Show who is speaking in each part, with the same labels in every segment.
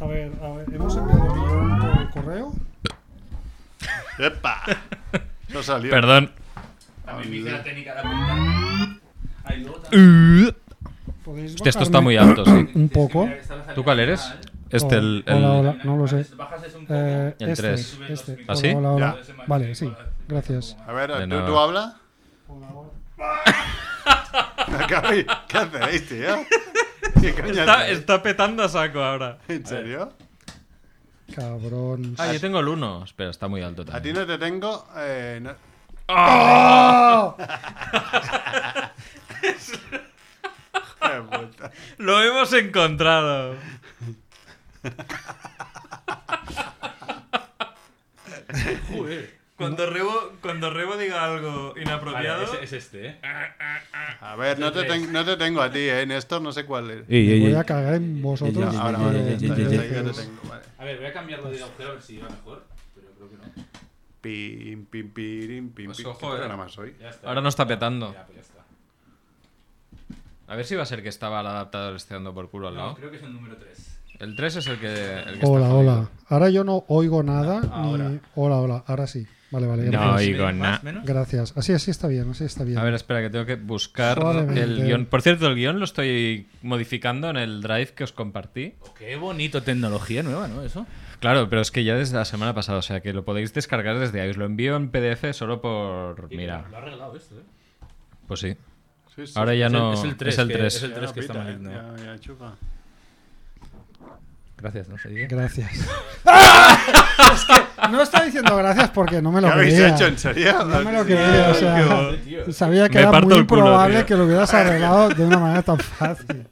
Speaker 1: A ver, a ver, hemos enviado ya un eh, correo.
Speaker 2: ¡Epa! No salió.
Speaker 3: Perdón.
Speaker 4: También me hice la técnica de apuntar. Ahí luego también.
Speaker 1: ¿Podéis
Speaker 3: Hostia, esto
Speaker 1: bajarme
Speaker 3: está muy alto, sí.
Speaker 1: Un poco.
Speaker 4: Mira que está la salida
Speaker 3: ¿Tú cuál eres?
Speaker 4: general.
Speaker 3: Este, el. el-
Speaker 1: Hola, hola, no lo sé.
Speaker 4: Bajas es un poco.
Speaker 1: Eh,
Speaker 3: El
Speaker 1: este,
Speaker 3: tres.
Speaker 1: este.
Speaker 3: ¿Ah, sí?
Speaker 1: Hola, hola, hola.
Speaker 4: Ya.
Speaker 1: Vale, sí. Gracias.
Speaker 2: A ver,
Speaker 3: De
Speaker 2: ¿tú,
Speaker 3: nada.
Speaker 2: tú habla? ¿Qué habéis- qué hacéis, tío? ¿Qué coño
Speaker 3: Está,
Speaker 2: hacéis?
Speaker 3: está petando a saco ahora.
Speaker 2: ¿En serio?
Speaker 1: Cabrón.
Speaker 3: Ah, yo tengo el 1. Espera, está muy alto
Speaker 2: A ti
Speaker 3: también.
Speaker 2: no te tengo. eh, no-
Speaker 3: ¡Ah!
Speaker 1: ¡Oh!
Speaker 2: Qué puta.
Speaker 3: Lo hemos encontrado.
Speaker 4: Joder.
Speaker 3: Cuando Rebo, cuando Rebo diga algo
Speaker 4: Vale,
Speaker 3: inapropiado.
Speaker 4: es, es este, eh.
Speaker 2: A ver, no te, ten- no te tengo a ti, eh, Néstor, no sé cuál es.
Speaker 5: Ey, ey,
Speaker 1: Voy
Speaker 5: ey.
Speaker 1: a cagar en
Speaker 5: Ya,
Speaker 1: vosotros.
Speaker 5: ya,
Speaker 2: Ahora,
Speaker 5: ya,
Speaker 2: ahora,
Speaker 5: ya,
Speaker 2: ya,
Speaker 5: ya,
Speaker 2: ya, ya,
Speaker 5: ya, ya,
Speaker 2: ya
Speaker 5: ya.
Speaker 2: te tengo, vale.
Speaker 4: A ver, voy a cambiarlo de agujero a ver si va mejor. Pero creo que no.
Speaker 2: Pim, pim, pirim, pim,
Speaker 3: Pues
Speaker 2: pim.
Speaker 3: ojo,
Speaker 2: ¿Qué
Speaker 3: eh.
Speaker 2: programa soy?
Speaker 4: Ya está.
Speaker 3: Ahora no está petando.
Speaker 4: Ya, pues ya está.
Speaker 3: A ver si va a ser que estaba el adaptador estirando por culo al
Speaker 4: No,
Speaker 3: lado.
Speaker 4: creo que es el número 3.
Speaker 3: El 3 es el que. el que
Speaker 1: Hola,
Speaker 3: está
Speaker 1: hola. Ahora yo no oigo nada.
Speaker 4: Ahora.
Speaker 1: Ni... Hola, hola. Ahora sí. Vale, vale.
Speaker 3: jodido.
Speaker 1: Gracias.
Speaker 3: oigo na-
Speaker 1: Gracias. Así, así está bien. Así está bien.
Speaker 3: A ver, espera, que tengo que buscar
Speaker 1: Suavemente.
Speaker 3: el guión. Por cierto, el guión lo estoy modificando en el drive que os compartí.
Speaker 4: Oh, Qué bonito tecnología nueva, ¿no? Eso.
Speaker 3: Claro, pero es que ya desde la semana pasada, o sea que lo podéis descargar desde ahí. Os lo envío en PDF solo por. Mira,
Speaker 4: Lo ha arreglado esto, eh.
Speaker 3: pues sí.
Speaker 2: Sí, sí.
Speaker 3: Ahora ya
Speaker 4: Es el-
Speaker 3: no.
Speaker 4: es el 3,
Speaker 3: Es el
Speaker 4: que-
Speaker 3: 3.
Speaker 4: es el-
Speaker 2: Ya
Speaker 4: 3
Speaker 2: no
Speaker 4: que está
Speaker 2: pita, eh.
Speaker 4: maligno.
Speaker 2: Ya, ya, chupa.
Speaker 4: Gracias, no sé.
Speaker 1: Gracias. es que no está diciendo gracias porque no me
Speaker 2: ¿Qué
Speaker 1: lo
Speaker 2: habéis
Speaker 1: creía.
Speaker 2: hecho? ¿En serio?
Speaker 1: No me lo creía. O sea, sabía que
Speaker 3: Me
Speaker 1: era
Speaker 3: parto
Speaker 1: muy
Speaker 3: el culo,
Speaker 1: improbable
Speaker 3: tío.
Speaker 1: que lo hubieras arreglado de una manera tan fácil.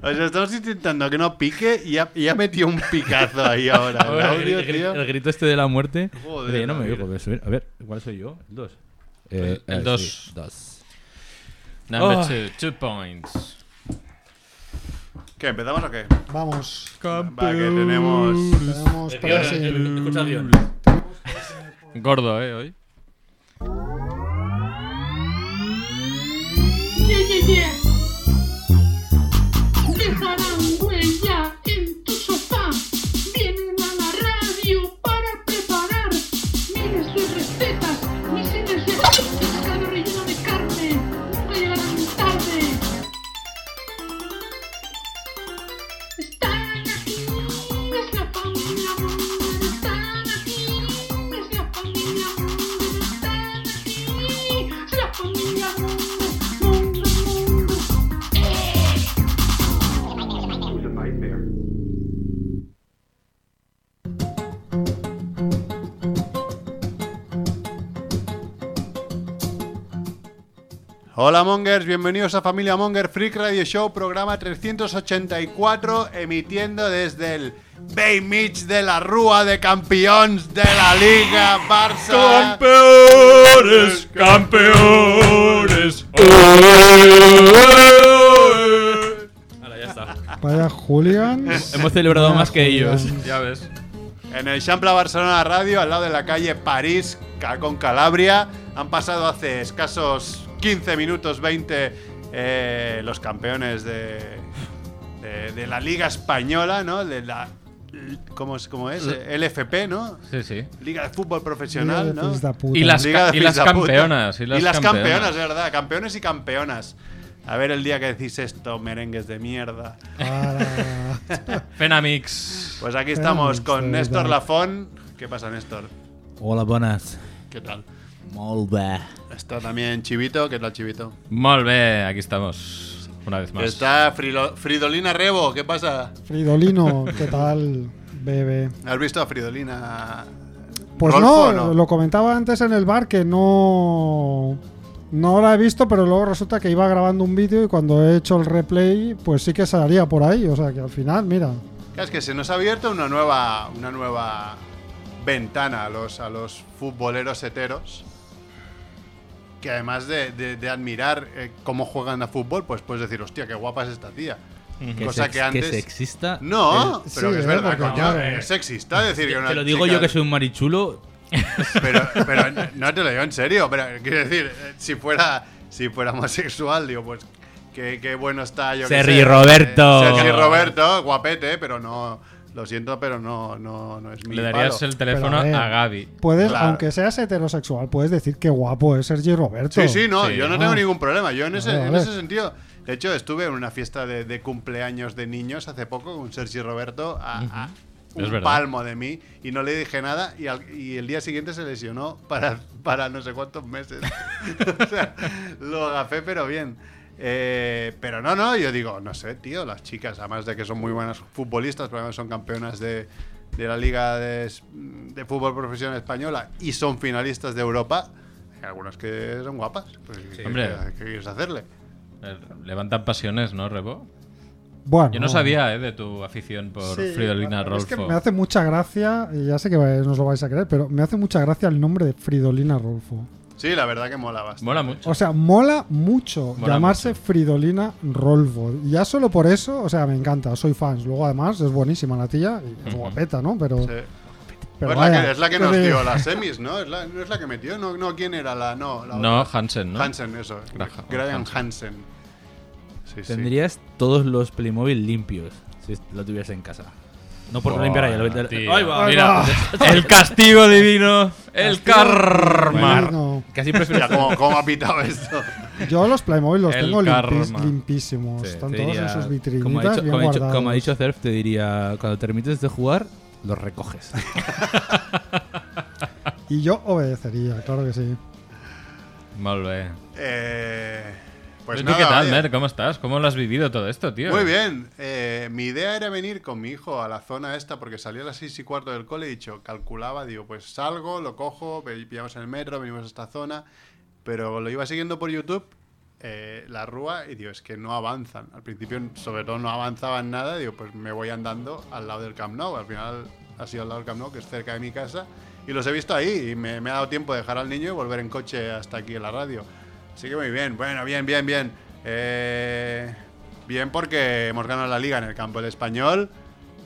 Speaker 2: O sea, estamos intentando que no pique y ha, y ha metido un picazo ahí ahora. El
Speaker 4: Ahora, el,
Speaker 2: audio,
Speaker 4: gri-
Speaker 2: tío.
Speaker 4: el grito este de la muerte.
Speaker 2: Joder,
Speaker 4: Oye, no me
Speaker 2: David.
Speaker 4: oigo, voy a subir. A ver, ¿cuál soy yo? El Eh, 2.
Speaker 2: Eh,
Speaker 3: El- el dos.
Speaker 4: Oh. Ah.
Speaker 3: Number 2, 2 points.
Speaker 2: ¿Qué? ¿Empezamos o qué?
Speaker 1: Vamos.
Speaker 2: Va, que tenemos.
Speaker 1: Tenemos tres y-
Speaker 4: Escucha el guión.
Speaker 3: Gordo, ¿eh? Hoy.
Speaker 6: Yeah, yeah, yeah. Dejarán huella en tu sofá. Vienen a la radio para preparar miles de recetas, misiles de pescado relleno de carne. Nunca llegarán tarde. Están aquí, es la familia Munger. Están aquí, es la familia Munger. Están aquí, es la familia Munger. Munger, Munger. Eh.
Speaker 2: Hola Mongers, bienvenidos a Familia Monger Freak Radio Show, programa 384, emitiendo desde el Bay Mitch de la Rúa de Campeones de la Liga Barça.
Speaker 3: Campeones, campeones.
Speaker 4: Ahora ya está.
Speaker 1: Vaya hooligans.
Speaker 4: Hemos celebrado
Speaker 1: Vaya
Speaker 4: más que ellos.
Speaker 1: hooligans.
Speaker 3: Ya ves.
Speaker 2: En el Champla Barcelona Radio, al lado de la calle París, ca- con Calabria, han pasado hace escasos 15 minutos 20 eh, los campeones de, de, de la Liga Española, ¿no? De la, ¿Cómo es? ¿Cómo es? LFP, ¿no?
Speaker 3: Sí, sí.
Speaker 2: Liga de Fútbol
Speaker 1: Mira
Speaker 2: Profesional,
Speaker 1: de
Speaker 2: ¿no?
Speaker 1: pis da puta.
Speaker 3: Y las,
Speaker 2: Liga
Speaker 3: ca-
Speaker 2: de
Speaker 3: y las
Speaker 2: pizza puta.
Speaker 3: campeonas. Y las,
Speaker 2: campeonas. ¿verdad? Campeones y campeonas. A ver el día que decís esto, merengues de mierda.
Speaker 1: Para-
Speaker 3: Fenamix.
Speaker 2: Pues aquí estamos
Speaker 1: Ah,
Speaker 2: con
Speaker 1: sí,
Speaker 2: Néstor
Speaker 1: verdad.
Speaker 2: Lafón. ¿Qué pasa, Néstor?
Speaker 5: Hola, buenas.
Speaker 2: ¿Qué tal?
Speaker 5: Molt bé.
Speaker 2: Está también Chivito. ¿Qué tal, Chivito?
Speaker 3: Molve, aquí estamos. Una vez más.
Speaker 2: Está Frilo- Fridolina Rebo. ¿Qué pasa?
Speaker 1: Fridolino, ¿qué tal, bebé?
Speaker 2: ¿Has visto a Fridolina?
Speaker 1: Pues
Speaker 2: Rolfo,
Speaker 1: no, lo comentaba antes en el bar que no. No la he visto, pero luego resulta que iba grabando un vídeo y cuando he hecho el replay, pues sí que salía por ahí. O sea que al final, mira.
Speaker 2: Claro, Es que se nos ha abierto una nueva, una nueva ventana a los, a los futboleros heteros. Que además de, de- de admirar eh, cómo juegan a fútbol, pues puedes decir, hostia, qué guapa es esta tía. Cosa que antes.
Speaker 5: sexista.
Speaker 2: No,
Speaker 1: Sí,
Speaker 2: pero que es
Speaker 1: eh,
Speaker 2: verdad,
Speaker 1: porque,
Speaker 2: coño.
Speaker 1: claro.
Speaker 2: Es sexista decir que una
Speaker 5: Te lo digo
Speaker 2: chica-
Speaker 5: yo que soy un marichulo.
Speaker 2: Pero, pero no te lo digo en serio. Pero quiero decir, eh, si fuera, si fuera homosexual, digo, pues qué, qué bueno está yo. que
Speaker 5: Sergi
Speaker 2: sé,
Speaker 5: Roberto.
Speaker 2: eh, Sergi Roberto, guapete, pero no, Lo siento, pero no, no, no es mi
Speaker 3: Le darías
Speaker 2: palo.
Speaker 3: el teléfono
Speaker 1: Pero, a ver.
Speaker 3: a Gaby.
Speaker 1: Puedes,
Speaker 2: Claro.
Speaker 1: aunque seas heterosexual, puedes decir que guapo es Sergi Roberto.
Speaker 2: Sí, sí, no,
Speaker 3: Sí.
Speaker 2: yo no
Speaker 5: Ah.
Speaker 2: tengo ningún problema. Yo en ese,
Speaker 1: Vale,
Speaker 2: en
Speaker 1: vale.
Speaker 2: ese sentido. De hecho, estuve en una fiesta de, de cumpleaños de niños hace poco con Sergi Roberto a, a
Speaker 3: Es
Speaker 2: un
Speaker 3: verdad.
Speaker 2: palmo de mí y no le dije nada y, al- y el día siguiente se lesionó para, para no sé cuántos meses. o sea, lo agafé pero bien. Eh, pero no, no, yo digo, no sé, tío, las chicas, además de que son muy buenas futbolistas, porque además son campeonas de, de la Liga de, es- de Fútbol Profesional Española y son finalistas de Europa, hay algunas que son guapas. Pues, ¿qué-
Speaker 3: Hombre.
Speaker 2: ¿Qué quieres hacerle?
Speaker 3: Eh, Levantan pasiones, ¿no, Rebo?
Speaker 1: Bueno,
Speaker 4: Oh.
Speaker 3: Yo no sabía eh, de tu afición por
Speaker 1: Sí,
Speaker 3: Fridolina
Speaker 1: bueno,
Speaker 3: Rolfo.
Speaker 1: Es que me hace mucha gracia, y ya sé que vais- no os lo vais a creer, pero me hace mucha gracia el nombre de Fridolina Rolfo.
Speaker 2: Sí, la verdad que mola bastante.
Speaker 3: Mola mucho.
Speaker 1: O sea, mola mucho
Speaker 3: Mola
Speaker 1: llamarse Fridolina Rolfo. Y Ya solo por eso, o sea, me encanta, soy fans. Luego además es buenísima la tía y es
Speaker 3: Ujú.
Speaker 1: guapeta, ¿no? Pero,
Speaker 2: Sí.
Speaker 1: pero
Speaker 2: Pues la
Speaker 1: vaya,
Speaker 2: que- es la que nos
Speaker 1: sí.
Speaker 2: dio las semis, ¿no? Es la, no es la que metió, no, no quién era la no, la
Speaker 3: no,
Speaker 2: otra.
Speaker 3: Hansen, ¿no?
Speaker 2: Hansen eso.
Speaker 3: Graja-
Speaker 2: Graham Hansen. Sí, sí.
Speaker 5: Tendrías todos los Playmobil limpios si lo tuvieras en casa. No por
Speaker 3: Buah,
Speaker 5: limpiar ahí. Lo,
Speaker 3: tío.
Speaker 5: Ahí va,
Speaker 1: Ahí
Speaker 5: mira.
Speaker 3: El castigo divino. El
Speaker 1: Bueno,
Speaker 3: karma.
Speaker 1: no.
Speaker 5: Casi prefiero.
Speaker 2: Mira cómo, cómo ha pitado esto.
Speaker 1: Yo los Playmobil los
Speaker 3: El
Speaker 1: tengo limpis-
Speaker 3: karma.
Speaker 1: limpísimos.
Speaker 5: Sí,
Speaker 1: Están
Speaker 5: te
Speaker 1: todos en
Speaker 5: diría-
Speaker 1: sus
Speaker 5: como ha dicho,
Speaker 1: vitrinitas bien
Speaker 5: como ha dicho-
Speaker 1: guardados.
Speaker 5: como ha dicho Cerf, te diría: cuando termines de jugar, los recoges.
Speaker 1: Y yo obedecería, claro que sí.
Speaker 3: Molt bé.
Speaker 2: Eh, pues
Speaker 3: Pues
Speaker 2: nada,
Speaker 3: ¿Qué tal,
Speaker 2: oye.
Speaker 3: Mer? ¿Cómo estás? ¿Cómo lo has vivido todo esto, tío?
Speaker 2: Muy bien. Eh, mi idea era venir con mi hijo a la zona esta porque salió a las 6 y cuarto del cole y he dicho, calculaba, digo, pues salgo, lo cojo, ve- pillamos el metro, venimos a esta zona. Pero lo iba siguiendo por YouTube, eh, la rúa, y digo, es que no avanzan. Al principio, sobre todo, no avanzaban nada. Digo, pues me voy andando al lado del Camp Nou. Al final ha sido al lado del Camp Nou, que es cerca de mi casa. Y los he visto ahí y me, me ha dado tiempo de dejar al niño y volver en coche hasta aquí en la radio. Así que muy bien, bueno, bien, bien, bien. Eh, bien porque hemos ganado la liga en el campo del español,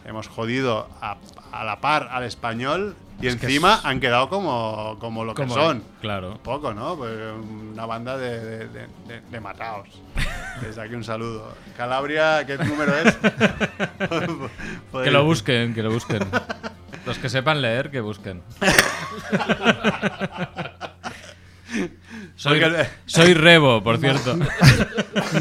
Speaker 2: hemos jodido a, a la par al español y encima han quedado como, como lo que
Speaker 3: ¿Cómo?
Speaker 2: son.
Speaker 3: Claro.
Speaker 2: Poco, ¿no? Pues una banda de, de, de- de- de mataos. Desde aquí un saludo. Calabria, ¿qué número es? Pues,
Speaker 3: Que lo busquen, que lo busquen. Los que sepan leer, que busquen. Soy,
Speaker 2: Porque- este
Speaker 3: soy Rebo, por cierto.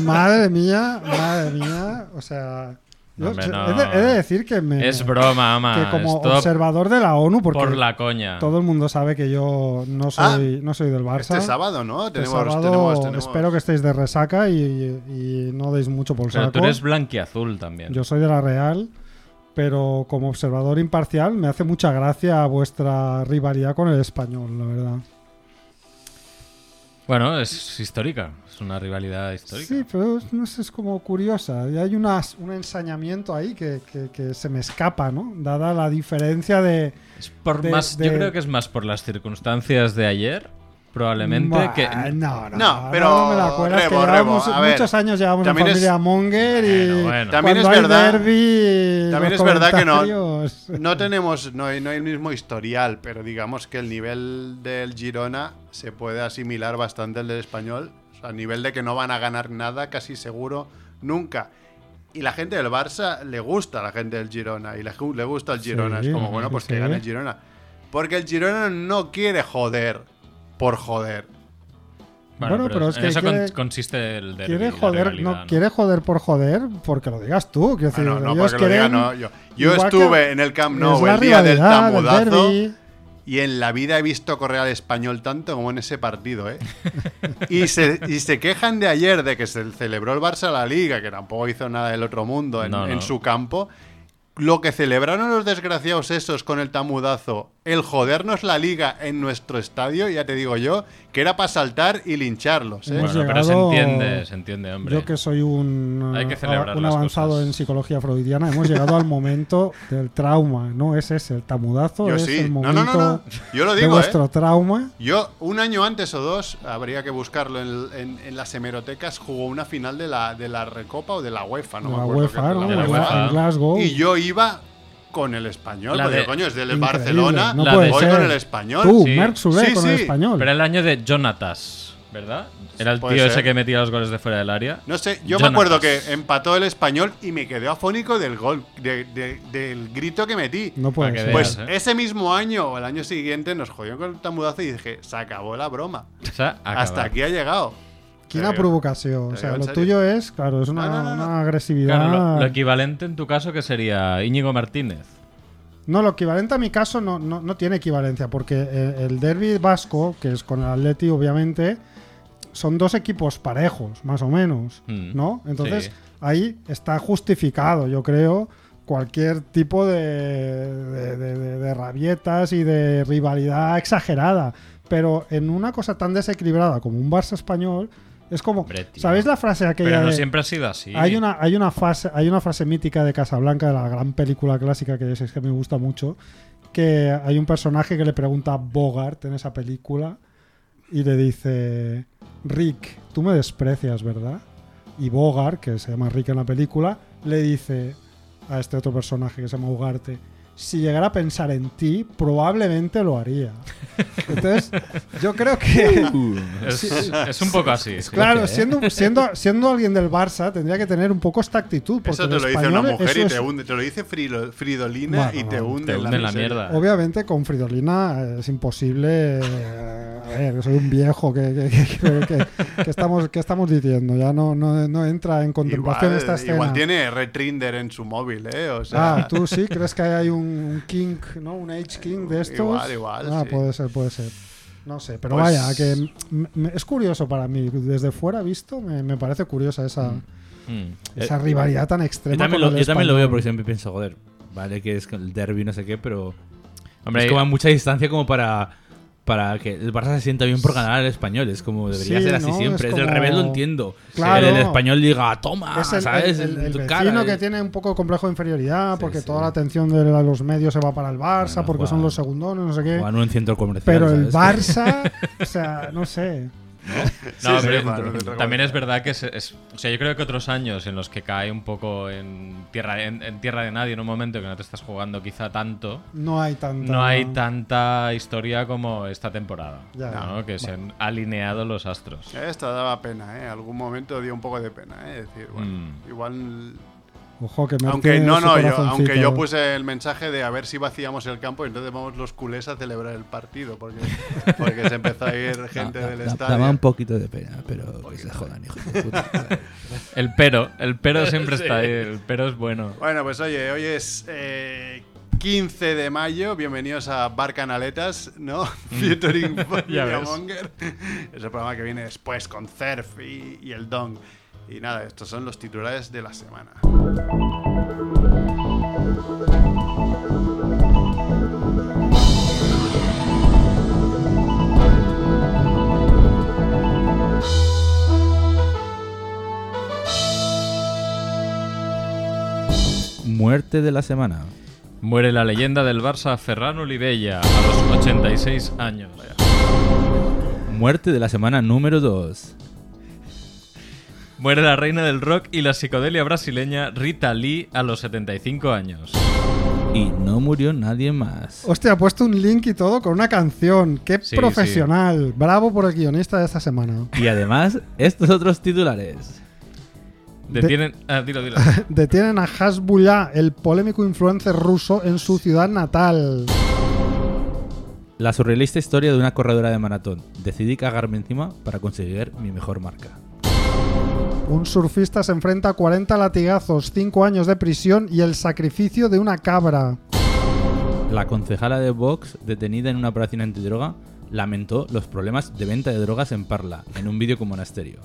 Speaker 1: Madre mía, madre mía. O sea. yo-
Speaker 3: Hombre,
Speaker 1: he de-
Speaker 3: no.
Speaker 1: he, de, decir que me.
Speaker 3: Es broma, ama.
Speaker 1: que como
Speaker 3: es todo
Speaker 1: observador de la ONU, porque
Speaker 3: por la coña.
Speaker 1: todo el mundo sabe que yo no soy, no soy del Barça.
Speaker 2: Ah, Este sábado, ¿no?
Speaker 1: Este
Speaker 2: Tenemos,
Speaker 1: sábado
Speaker 2: tenemos, tenemos-
Speaker 1: espero que estéis de resaca y, y no deis mucho por
Speaker 3: Pero
Speaker 1: saco.
Speaker 3: tú eres blanquiazul también.
Speaker 1: Yo soy de la Real, pero como observador imparcial me hace mucha gracia vuestra rivalidad con el español, la verdad.
Speaker 3: Bueno, es histórica. Es una rivalidad histórica.
Speaker 1: Sí, pero es- no sé, es como curiosa. Y hay unas- un ensañamiento ahí que, que- que se me escapa, ¿no? Dada la diferencia de...
Speaker 3: Es por
Speaker 1: de-
Speaker 3: más, Yo
Speaker 1: de-
Speaker 3: creo que es más por las circunstancias de ayer, probablemente,
Speaker 1: Bah,
Speaker 3: que...
Speaker 1: No, no,
Speaker 2: No,
Speaker 1: no,
Speaker 2: pero
Speaker 1: no me la acuerdas, que
Speaker 2: rebo, rebo,
Speaker 1: llevamos-
Speaker 2: a ver.
Speaker 1: muchos años llevamos en
Speaker 2: También es-
Speaker 1: familia Monger y...
Speaker 3: Bueno, bueno.
Speaker 2: También es
Speaker 1: cuando hay
Speaker 2: verdad.
Speaker 1: derbi,
Speaker 2: También
Speaker 1: los
Speaker 2: es verdad que no.
Speaker 1: comentarios-
Speaker 2: No tenemos, no hay, no hay el mismo historial, pero digamos que el nivel del Girona se puede asimilar bastante al del español, o sea, a nivel de que no van a ganar nada, casi seguro, nunca. Y la gente del Barça le gusta a la gente del Girona, y le, ju- le gusta el Girona,
Speaker 1: Sí,
Speaker 2: es como, bueno, pues que
Speaker 1: sí.
Speaker 2: gane el Girona. Porque el Girona no quiere joder por joder. Ah,
Speaker 1: Bueno, pero es
Speaker 3: en
Speaker 1: que
Speaker 3: eso con-
Speaker 1: quiere-
Speaker 3: consiste el derbi,
Speaker 1: Quiere
Speaker 3: la
Speaker 1: joder,
Speaker 3: rivalidad,
Speaker 1: no, quiere joder por joder, porque lo digas tú. Quiero
Speaker 2: Ah,
Speaker 1: decir,
Speaker 2: no, no,
Speaker 1: ellos
Speaker 2: porque lo diga,
Speaker 1: quieren-
Speaker 2: no, yo yo
Speaker 1: igual que-
Speaker 2: estuve en el Camp
Speaker 1: es
Speaker 2: Nou
Speaker 1: la
Speaker 2: el día del
Speaker 1: rivalidad, el
Speaker 2: tamudazo.
Speaker 1: derbi.
Speaker 2: Y en la vida he visto correr al español tanto como en ese partido, ¿eh? Y se, y se quejan de ayer de que se celebró el Barça la Liga, que tampoco hizo nada del otro mundo en,
Speaker 3: No, no.
Speaker 2: en su campo. Lo que celebraron los desgraciados esos con el tamudazo, el jodernos la liga en nuestro estadio, ya te digo yo, que era para saltar y lincharlos, ¿eh?
Speaker 1: Hemos
Speaker 3: Bueno, pero se
Speaker 1: llegado-
Speaker 3: entiende, se entiende, hombre.
Speaker 1: Yo que soy un,
Speaker 3: Hay que
Speaker 1: eh,
Speaker 3: celebrar
Speaker 1: un
Speaker 3: las
Speaker 1: avanzado
Speaker 3: cosas.
Speaker 1: en psicología freudiana, hemos llegado al momento del trauma. No es ese, el tamudazo
Speaker 2: Yo
Speaker 1: es
Speaker 2: sí.
Speaker 1: el
Speaker 2: No, no,
Speaker 1: momento
Speaker 2: no, no. Yo lo
Speaker 1: de
Speaker 2: digo, ¿eh?
Speaker 1: vuestro trauma.
Speaker 2: Yo, un año antes o dos, habría que buscarlo en, en- en las hemerotecas, jugó una final de la, de la Recopa o de la UEFA, no
Speaker 1: de
Speaker 2: me
Speaker 1: la
Speaker 2: acuerdo. qué
Speaker 1: UEFA,
Speaker 2: fue,
Speaker 1: ¿no?
Speaker 3: de la
Speaker 1: En
Speaker 3: UEFA.
Speaker 1: en Glasgow.
Speaker 2: ¿eh? Y yo iba con el español,
Speaker 3: La
Speaker 2: porque
Speaker 3: de-
Speaker 2: coño, es del
Speaker 1: Increíble,
Speaker 2: Barcelona,
Speaker 1: no
Speaker 3: la
Speaker 1: puede
Speaker 2: voy
Speaker 1: ser.
Speaker 2: con el español.
Speaker 1: Tú,
Speaker 3: Sí.
Speaker 1: Merck Soler,
Speaker 2: Sí,
Speaker 1: con el
Speaker 2: sí,
Speaker 1: español.
Speaker 3: Pero el año de Jonatas. ¿Verdad? Era el
Speaker 2: Puede
Speaker 3: tío
Speaker 2: ser.
Speaker 3: ese que metía los goles de fuera del área.
Speaker 2: No sé, yo me
Speaker 3: Jonatas.
Speaker 2: acuerdo que empató el español y me quedé afónico del gol, de- de- del grito que metí.
Speaker 1: No puede
Speaker 3: Para que
Speaker 1: ser.
Speaker 3: veas.
Speaker 2: pues
Speaker 3: ¿eh?
Speaker 2: ese mismo año o el año siguiente nos jodió con el tambudazo y dije, se acabó la broma.
Speaker 3: O sea, acabar.
Speaker 2: Hasta aquí ha llegado.
Speaker 1: Quina
Speaker 2: Pero-
Speaker 1: provocación. O
Speaker 2: te
Speaker 1: sea,
Speaker 2: digo en
Speaker 1: lo
Speaker 2: serio.
Speaker 1: tuyo es, claro, es una,
Speaker 2: No, no, no, no.
Speaker 1: una agresividad.
Speaker 3: Claro, lo, lo equivalente en tu caso que sería Íñigo Martínez.
Speaker 1: No, lo equivalente a mi caso no, no, no tiene equivalencia, porque eh, el derby vasco, que es con el Atleti, obviamente, son dos equipos parejos, más o menos,
Speaker 3: Mm,
Speaker 1: ¿no? Entonces,
Speaker 3: sí.
Speaker 1: ahí está justificado, yo creo, cualquier tipo de, de- de- de- de rabietas y de rivalidad exagerada. Pero en una cosa tan desequilibrada como un Barça español, es como...
Speaker 3: Hombre, tío.
Speaker 1: ¿Sabéis la frase aquella
Speaker 3: Pero no
Speaker 1: de-
Speaker 3: siempre ha sido así.
Speaker 1: hay una, hay una frase, hay una frase mítica de Casablanca, de la gran película clásica que es, es que me gusta mucho, que hay un personaje que le pregunta a Bogart en esa película y le dice, Rick, tú me desprecias, ¿verdad? Y Bogart, que se llama Rick en la película, le dice a este otro personaje que se llama Ugarte, si llegara a pensar en ti, probablemente lo haría. Entonces, yo creo que...
Speaker 3: Es,
Speaker 1: Sí.
Speaker 3: es un poco así. sí.
Speaker 1: Claro,
Speaker 5: ¿eh?
Speaker 1: siendo, siendo, siendo alguien del Barça tendría que tener un poco esta actitud. Porque
Speaker 2: eso te
Speaker 1: el
Speaker 2: lo dice una
Speaker 1: español,
Speaker 2: mujer
Speaker 1: eso
Speaker 2: y
Speaker 1: es-
Speaker 2: te hunde. Te lo dice Frilo- Fridolina
Speaker 1: Bueno,
Speaker 2: y te
Speaker 1: no,
Speaker 2: hunde,
Speaker 3: Te
Speaker 2: en
Speaker 3: hunde en la
Speaker 2: miseria.
Speaker 3: mierda.
Speaker 1: Obviamente con Fridolina es imposible... eh, A ver, soy un viejo que, que- que- que- que- que estamos, que estamos diciendo. Ya no, no, no entra en contemplación
Speaker 2: Igual,
Speaker 1: esta escena.
Speaker 2: igual tiene Retrinder en su móvil, ¿eh? O sea,
Speaker 1: Ah, tú sí, crees que hay un, un king, ¿no? Un age king de estos.
Speaker 2: Igual, igual,
Speaker 1: Ah,
Speaker 2: sí.
Speaker 1: puede ser, puede ser. No sé, pero
Speaker 2: Pues-
Speaker 1: vaya, que m- m- es curioso para mí. Desde fuera visto, me, me parece curiosa esa,
Speaker 3: Mm.
Speaker 1: esa rivalidad tan extrema.
Speaker 5: Eh, Yo también,
Speaker 1: con
Speaker 5: lo,
Speaker 1: el
Speaker 5: yo también lo
Speaker 1: español.
Speaker 5: veo porque siempre pienso, joder, vale que es que el derby, no sé qué, pero
Speaker 3: Hombre,
Speaker 5: es como a mucha distancia como para, para que el Barça se sienta bien por ganar al español. Es como debería
Speaker 1: Sí,
Speaker 5: ser así
Speaker 1: ¿no?
Speaker 5: siempre.
Speaker 1: Es
Speaker 5: Es del
Speaker 1: como-
Speaker 5: revés lo entiendo.
Speaker 1: Claro.
Speaker 5: El, el español diga, toma,
Speaker 1: es el,
Speaker 5: Ah, ¿sabes?
Speaker 1: el- el-
Speaker 5: En
Speaker 1: el
Speaker 5: tu
Speaker 1: vecino
Speaker 5: cara. eh.
Speaker 1: que tiene un poco complejo de inferioridad
Speaker 5: Sí,
Speaker 1: porque
Speaker 5: sí.
Speaker 1: toda la atención de la- los medios se va para el Barça
Speaker 5: Bueno,
Speaker 1: porque
Speaker 5: Juan.
Speaker 1: son los segundones, no sé qué.
Speaker 5: O en un centro comercial.
Speaker 1: pero el
Speaker 5: ¿sabes?
Speaker 1: Barça, o sea, no sé.
Speaker 3: No,
Speaker 2: Sí,
Speaker 3: pero
Speaker 2: sí, claro, te
Speaker 3: también
Speaker 2: recomiendo.
Speaker 3: es verdad que es, es- o sea, yo creo que otros años en los que cae un poco en tierra en, en tierra de nadie en un momento que no te estás jugando quizá tanto,
Speaker 1: No hay tanta.
Speaker 3: no hay tanta historia como esta temporada,
Speaker 1: Ya,
Speaker 3: ¿no?
Speaker 1: ya.
Speaker 3: que se han alineado los astros.
Speaker 2: Esto daba pena, ¿eh? Algún momento dio un poco de pena, ¿eh? Decir, bueno, igual.
Speaker 1: Ojo que me
Speaker 2: Aunque no, no, yo, aunque yo pues, puse el mensaje de a ver si vacíamos el campo y entonces vamos los culés a celebrar el partido, porque, porque se empezó a ir gente
Speaker 5: Da-
Speaker 2: del
Speaker 5: da-
Speaker 2: estadio.
Speaker 5: daba un poquito de pena, pero que se jodan, hijo de puta.
Speaker 3: El pero, el pero siempre está ahí, el pero es bueno.
Speaker 2: Bueno, pues oye, hoy es eh, 15 de mayo, bienvenidos a Bar Canaletas, ¿no? Featuring
Speaker 3: Ya ves.
Speaker 2: Monger. Es el programa que viene después con Cerf y, y el Dong. Y nada, estos son los titulares de la semana.
Speaker 5: Muerte de la semana.
Speaker 3: Muere la leyenda del Barça Ferran Olivella a los 86 años.
Speaker 5: Muerte de la semana número 2.
Speaker 3: Muere la reina del rock y la psicodelia brasileña Rita Lee a los 75 años.
Speaker 5: Y no murió nadie más.
Speaker 1: Hostia, ha puesto un link y todo con una canción. ¡Qué
Speaker 3: Sí,
Speaker 1: profesional! Bravo por el guionista de esta semana.
Speaker 5: Y además, estos otros titulares.
Speaker 3: Detienen... Ah, dilo, dilo.
Speaker 1: Detienen a Hasbullah, el polémico influencer ruso, en su ciudad natal.
Speaker 5: La surrealista historia de una corredora de maratón. Decidí cagarme encima para conseguir mi mejor marca.
Speaker 1: Un surfista se enfrenta a 40 latigazos, 5 años de prisión y el sacrificio de una cabra.
Speaker 5: La concejala de Vox, detenida en una operación antidroga, lamentó los problemas de venta de drogas en Parla, en un vídeo con monasterio.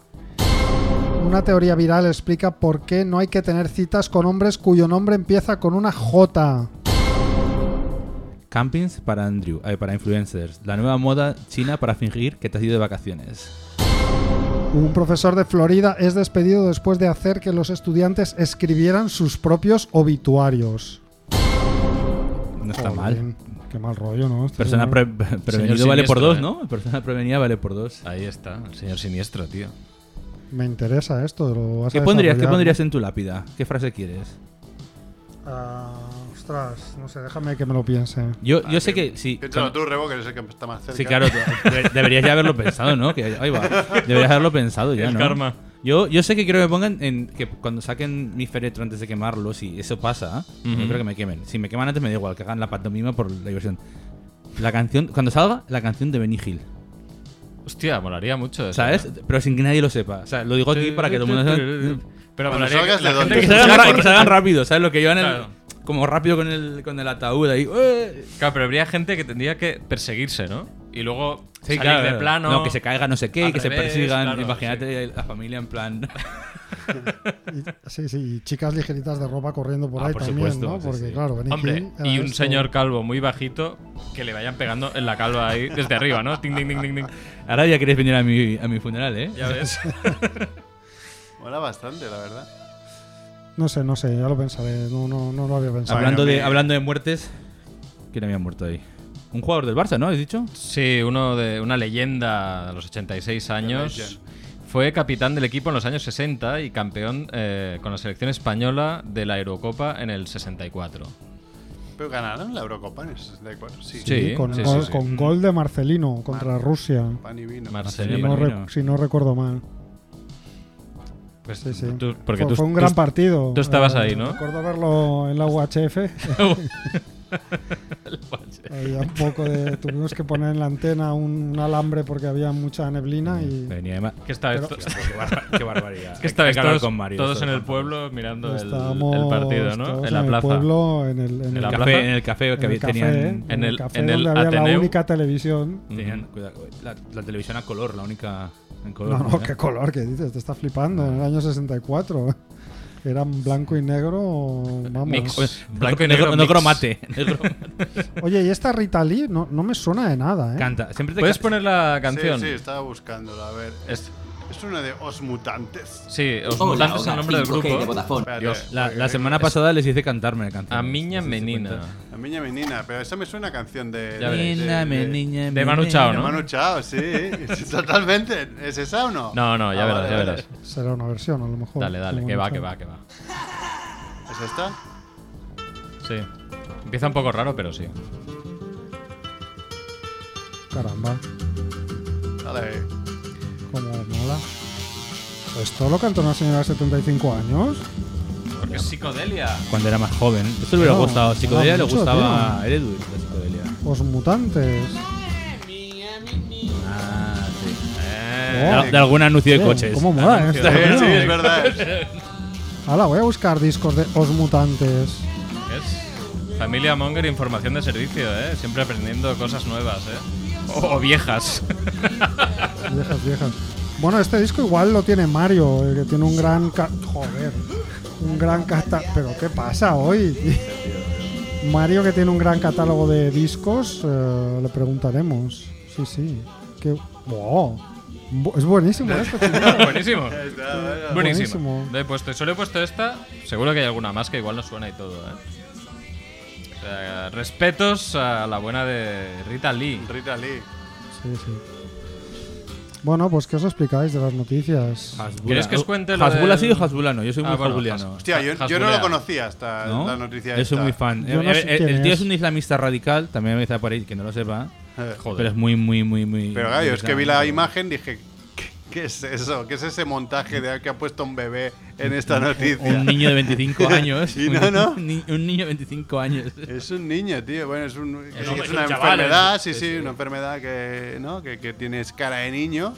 Speaker 1: Una teoría viral explica por qué no hay que tener citas con hombres cuyo nombre empieza con una J.
Speaker 5: Campings para Andrew, eh, para influencers. La nueva moda china para fingir que te has ido de vacaciones.
Speaker 1: Un profesor de Florida es despedido después de hacer que los estudiantes escribieran sus propios obituarios.
Speaker 5: No está
Speaker 1: Jolín,
Speaker 5: mal.
Speaker 1: Qué mal rollo, ¿no? Este
Speaker 5: Persona
Speaker 1: señor.
Speaker 5: pre- prevenido vale por
Speaker 3: siniestro,
Speaker 5: dos,
Speaker 3: eh.
Speaker 5: ¿no? Persona prevenida vale por dos.
Speaker 3: Ahí está, el señor siniestro, tío.
Speaker 1: Me interesa esto. lo vas a
Speaker 5: ¿Qué pondrías, ¿Qué
Speaker 1: desarrollar,
Speaker 5: pondrías en tu lápida? ¿Qué frase quieres?
Speaker 1: ¿no? Ah, Ostras, no sé, déjame que me lo piense.
Speaker 5: Yo, yo sé Ah, que si.
Speaker 2: Piénsalo tú, Rebo, que eres el que está más cerca.
Speaker 5: Sí, claro, te- de- deberías ya haberlo pensado, ¿no? Que, ahí va. Deberías haberlo pensado ya,
Speaker 3: El
Speaker 5: ¿no?
Speaker 3: karma.
Speaker 5: Yo, yo sé que quiero que me pongan en que cuando saquen mi féretro antes de quemarlo, si eso pasa, ¿eh?
Speaker 3: Ujú.
Speaker 5: yo creo que me quemen. Si me queman antes me da igual, que hagan la pantomima por la diversión. La canción, cuando salga, la canción de Benny Hill.
Speaker 3: Hostia, molaría mucho eso.
Speaker 5: ¿Sabes?
Speaker 3: ¿eh?
Speaker 5: Pero sin que nadie lo sepa. O sea, lo digo aquí para que todo el mundo sepa.
Speaker 3: Pero
Speaker 2: Cuando
Speaker 3: molaría
Speaker 2: salgas,
Speaker 3: la
Speaker 2: le doy.
Speaker 3: gente
Speaker 5: Que
Speaker 3: que
Speaker 5: se
Speaker 3: se
Speaker 5: hagan,
Speaker 3: corre-
Speaker 5: que se hagan rápido, ¿sabes? Lo que llevan el-
Speaker 3: Claro.
Speaker 5: como rápido con el, con el ataúd ahí. ¡eh!
Speaker 3: Claro, pero habría gente que tendría que perseguirse, ¿no? Y luego salir de plano.
Speaker 5: No, que se caiga no sé qué,
Speaker 3: al
Speaker 5: que se
Speaker 3: revés,
Speaker 5: persigan.
Speaker 3: claro,
Speaker 5: Imagínate la familia en plan.
Speaker 1: Y- sí, sí, y chicas ligeritas de ropa corriendo por
Speaker 5: Ah,
Speaker 1: ahí
Speaker 5: por
Speaker 1: también,
Speaker 5: supuesto,
Speaker 1: ¿no?
Speaker 5: sí,
Speaker 1: Porque,
Speaker 5: sí.
Speaker 1: claro, Benny
Speaker 3: Hombre,
Speaker 1: Hill era
Speaker 3: y un
Speaker 1: esto.
Speaker 3: señor calvo muy bajito que le vayan pegando en la calva ahí desde arriba, ¿no? Ting, ting, ting, ting, ting.
Speaker 5: Ahora ya queréis venir a mi, a mi funeral, ¿eh?
Speaker 3: Ya ves.
Speaker 2: Mola bastante, la verdad.
Speaker 1: No sé, no sé, ya lo pensaré. No, no, no lo había pensado.
Speaker 5: hablando,
Speaker 2: Bueno,
Speaker 5: de,
Speaker 2: mira.
Speaker 5: hablando de muertes, ¿quién había muerto ahí? Un jugador del Barça, ¿no? ¿Has dicho?
Speaker 3: Sí, uno de una leyenda a los 86 años. Fue capitán del equipo en los años 60 y campeón eh, con la selección española de la Eurocopa en el 64.
Speaker 2: Pero ganaron la Eurocopa en el 64. Sí.
Speaker 3: Sí.
Speaker 1: Y con,
Speaker 3: sí,
Speaker 1: gol,
Speaker 3: sí.
Speaker 1: con gol de Marcelino contra Rusia.
Speaker 2: Pan y vino.
Speaker 1: Si
Speaker 3: Marcelino.
Speaker 1: no,
Speaker 5: Marcelino.
Speaker 1: rec- si no recuerdo mal.
Speaker 3: Pues
Speaker 1: Sí, sí.
Speaker 3: tú- porque
Speaker 1: fue,
Speaker 3: tú,
Speaker 1: fue un
Speaker 3: tú-
Speaker 1: gran partido. Eh,
Speaker 3: tú estabas ahí, ¿no?
Speaker 1: Recuerdo verlo en la UHF. Había un poco de. Tuvimos que poner en la antena un, un alambre porque había mucha neblina y.
Speaker 5: Venía de ma-
Speaker 3: que esta vez
Speaker 1: Pero-
Speaker 3: to-
Speaker 5: Qué, barba- qué barbaridad.
Speaker 3: que esta vez
Speaker 5: Hay hablar
Speaker 3: todos,
Speaker 5: con Mario,
Speaker 3: todos
Speaker 5: esto
Speaker 3: en
Speaker 5: es
Speaker 3: el pueblo mirando el,
Speaker 1: Estábamos
Speaker 3: el partido, ¿no?
Speaker 1: estábamos
Speaker 3: En la
Speaker 1: el
Speaker 3: plaza.
Speaker 1: pueblo, en el, en el-
Speaker 3: la
Speaker 5: café-
Speaker 3: plaza?
Speaker 5: en el café que
Speaker 1: en el
Speaker 5: había-
Speaker 1: café, ¿eh?
Speaker 5: tenían.
Speaker 1: en el café
Speaker 3: en el
Speaker 1: donde había la
Speaker 3: Ateneu.
Speaker 1: única televisión.
Speaker 5: tenían-
Speaker 3: Ujú.
Speaker 5: cuidado, la, la televisión a color, la única en color.
Speaker 1: No, no,
Speaker 5: ¿eh?
Speaker 1: qué color que dices, te está flipando. En el año 64 eran blanco y negro. Vamos.
Speaker 3: Mix.
Speaker 5: Oye,
Speaker 3: Blanco y negro
Speaker 5: No
Speaker 3: mix.
Speaker 5: cromate. negro-
Speaker 1: ¿Eh? Oye, y esta Rita Lee no, no me suena de nada, ¿eh?
Speaker 5: Canta. Siempre te
Speaker 3: ¿Puedes
Speaker 5: ca-
Speaker 3: poner la canción? Eh.
Speaker 2: Sí, sí, estaba buscándola. A ver.
Speaker 3: Es-
Speaker 2: Es una de Os Mutantes.
Speaker 3: sí, os
Speaker 4: Hola,
Speaker 3: mutantes el
Speaker 4: hola,
Speaker 3: nombre del
Speaker 4: 5G
Speaker 3: grupo.
Speaker 4: de Vodafone.
Speaker 2: Espérate,
Speaker 3: Dios.
Speaker 5: La,
Speaker 2: porque
Speaker 5: la
Speaker 2: me-
Speaker 5: semana pasada les hice cantarme canciones.
Speaker 3: A miña
Speaker 5: ¿Te has dado cuenta?
Speaker 3: menina.
Speaker 2: A Miña Menina, pero esa me suena a canción de.
Speaker 3: Ya
Speaker 2: de-
Speaker 3: veréis.
Speaker 2: de-
Speaker 5: Niña,
Speaker 2: de-
Speaker 5: me, niña,
Speaker 3: de Manu
Speaker 5: me,
Speaker 3: Chao,
Speaker 2: de
Speaker 5: niña.
Speaker 3: ¿no?
Speaker 2: Manu Chao, sí. Totalmente. ¿Es esa o no?
Speaker 3: No, no, ya
Speaker 2: Ah,
Speaker 3: verás,
Speaker 2: vale,
Speaker 3: ya
Speaker 2: vale.
Speaker 3: verás.
Speaker 1: Será una versión, a lo mejor.
Speaker 3: Dale, dale,
Speaker 1: Como
Speaker 3: que
Speaker 1: no
Speaker 3: va,
Speaker 1: sé.
Speaker 3: que va, que va.
Speaker 2: ¿Es esta?
Speaker 3: Sí. Empieza un poco raro, pero sí.
Speaker 1: Caramba,
Speaker 2: Dale.
Speaker 1: como mola. ¿Esto lo cantó una señora de 75 años?
Speaker 3: Porque es psicodelia.
Speaker 5: Cuando era más joven. Esto le hubiera
Speaker 1: No,
Speaker 5: gustado. Psicodelia le
Speaker 1: mucho,
Speaker 5: gustaba a Eredu, la psicodelia.
Speaker 1: Los mutantes.
Speaker 5: Ah, sí.
Speaker 3: Eh,
Speaker 1: Oh,
Speaker 5: De, de algún anuncio de
Speaker 1: sí,
Speaker 5: coches.
Speaker 1: ¿Cómo mola eh?
Speaker 2: Sí,
Speaker 1: esto? tío.
Speaker 2: sí, es verdad.
Speaker 1: Hala, voy a buscar discos de Os Mutantes.
Speaker 3: Es familia Monger, información de servicio, ¿eh? Siempre aprendiendo cosas nuevas, ¿eh? O, o viejas.
Speaker 1: Viejas, viejas. Bueno, este disco igual lo tiene Mario, el que tiene un gran. ca- Joder. Un gran catálogo. ¿Pero qué pasa hoy? Mario, que tiene un gran catálogo de discos, eh, le preguntaremos. Sí, sí. Qué... ¡Wow! Bu- Es buenísimo esto, chicos.
Speaker 3: Buenísimo.
Speaker 2: Está, bueno.
Speaker 1: Buenísimo.
Speaker 3: Buenísimo. Lo he puesto. Y solo he puesto esta. Seguro que hay alguna más que igual no suena y todo, ¿eh? O sea, respetos a la buena de Rita Lee.
Speaker 2: Rita Lee.
Speaker 1: Sí, sí. Bueno, pues ¿qué os explicáis de las noticias?
Speaker 5: Hasbula.
Speaker 3: ¿Quieres que os cuente lo
Speaker 5: Hasbula
Speaker 3: del-
Speaker 5: sí o Hasbula no? Yo soy muy
Speaker 3: Ah, bueno,
Speaker 5: hasbuliano.
Speaker 2: Hostia, yo, yo no
Speaker 3: Hasbulea.
Speaker 2: lo conocía hasta
Speaker 5: ¿No?
Speaker 2: la noticia.
Speaker 5: Yo soy
Speaker 2: esta.
Speaker 5: muy fan.
Speaker 1: Yo no
Speaker 5: Eh,
Speaker 1: sé
Speaker 5: eh,
Speaker 1: quién
Speaker 5: el tío
Speaker 1: es.
Speaker 5: es un islamista radical, también me dice por ahí que no lo sepa.
Speaker 2: Eh,
Speaker 5: Pero es muy, muy, muy, muy.
Speaker 2: Pero gallo, es que vi la
Speaker 5: islamista.
Speaker 2: imagen dije, ¿qué, qué es eso? ¿Qué es ese montaje de que ha puesto un bebé en esta noticia?
Speaker 5: Un niño de 25 años.
Speaker 2: Y
Speaker 5: un-
Speaker 2: no, no.
Speaker 5: Un, ni- un niño de 25 años.
Speaker 2: Es un niño, tío. Bueno, es, un- es
Speaker 3: hombre, es
Speaker 2: una
Speaker 3: un chaval,
Speaker 2: enfermedad,
Speaker 3: ¿eh?
Speaker 2: sí, sí, una enfermedad que, ¿no? que, que tienes cara de niño.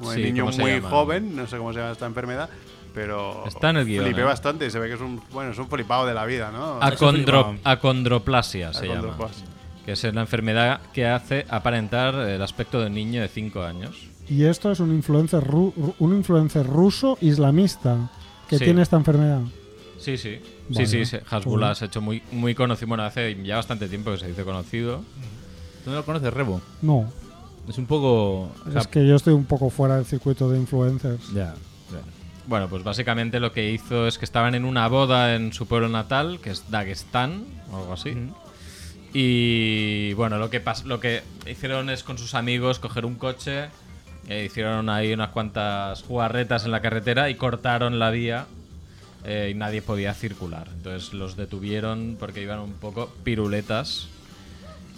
Speaker 2: Un
Speaker 3: Sí,
Speaker 2: niño
Speaker 3: ¿cómo se
Speaker 2: muy
Speaker 3: llama?
Speaker 2: joven, no sé cómo se llama esta enfermedad, pero
Speaker 3: Está en el guión,
Speaker 2: flipé
Speaker 3: ¿eh?
Speaker 2: bastante. Se ve que es un, bueno, es un flipado de la vida, ¿no?
Speaker 3: Acondro-
Speaker 5: flipado.
Speaker 3: acondroplasia se llama.
Speaker 2: Acondroplasia.
Speaker 3: Que es la enfermedad que hace aparentar el aspecto de un niño de 5 años.
Speaker 1: Y esto es un influencer, ru- ru- un influencer ruso islamista que
Speaker 3: Sí.
Speaker 1: tiene esta enfermedad.
Speaker 3: Sí, sí.
Speaker 1: Vale.
Speaker 3: Sí, sí,
Speaker 1: Joder.
Speaker 3: Hasbullah se ha hecho muy, muy conocido. Bueno, hace ya bastante tiempo que se dice conocido.
Speaker 5: ¿Tú no lo conoces, Rebo?
Speaker 1: No,
Speaker 5: Es un poco. o sea,
Speaker 1: es que yo estoy un poco fuera del circuito de influencers.
Speaker 5: Ya. bueno.
Speaker 3: Bueno, pues básicamente lo que hizo es que estaban en una boda en su pueblo natal, que es Dagestán, o algo así. Y bueno, lo que, pas- lo que hicieron es con sus amigos coger un coche, eh, e hicieron ahí unas cuantas jugarretas en la carretera y cortaron la vía eh, y nadie podía circular. Entonces los detuvieron porque iban un poco piruletas.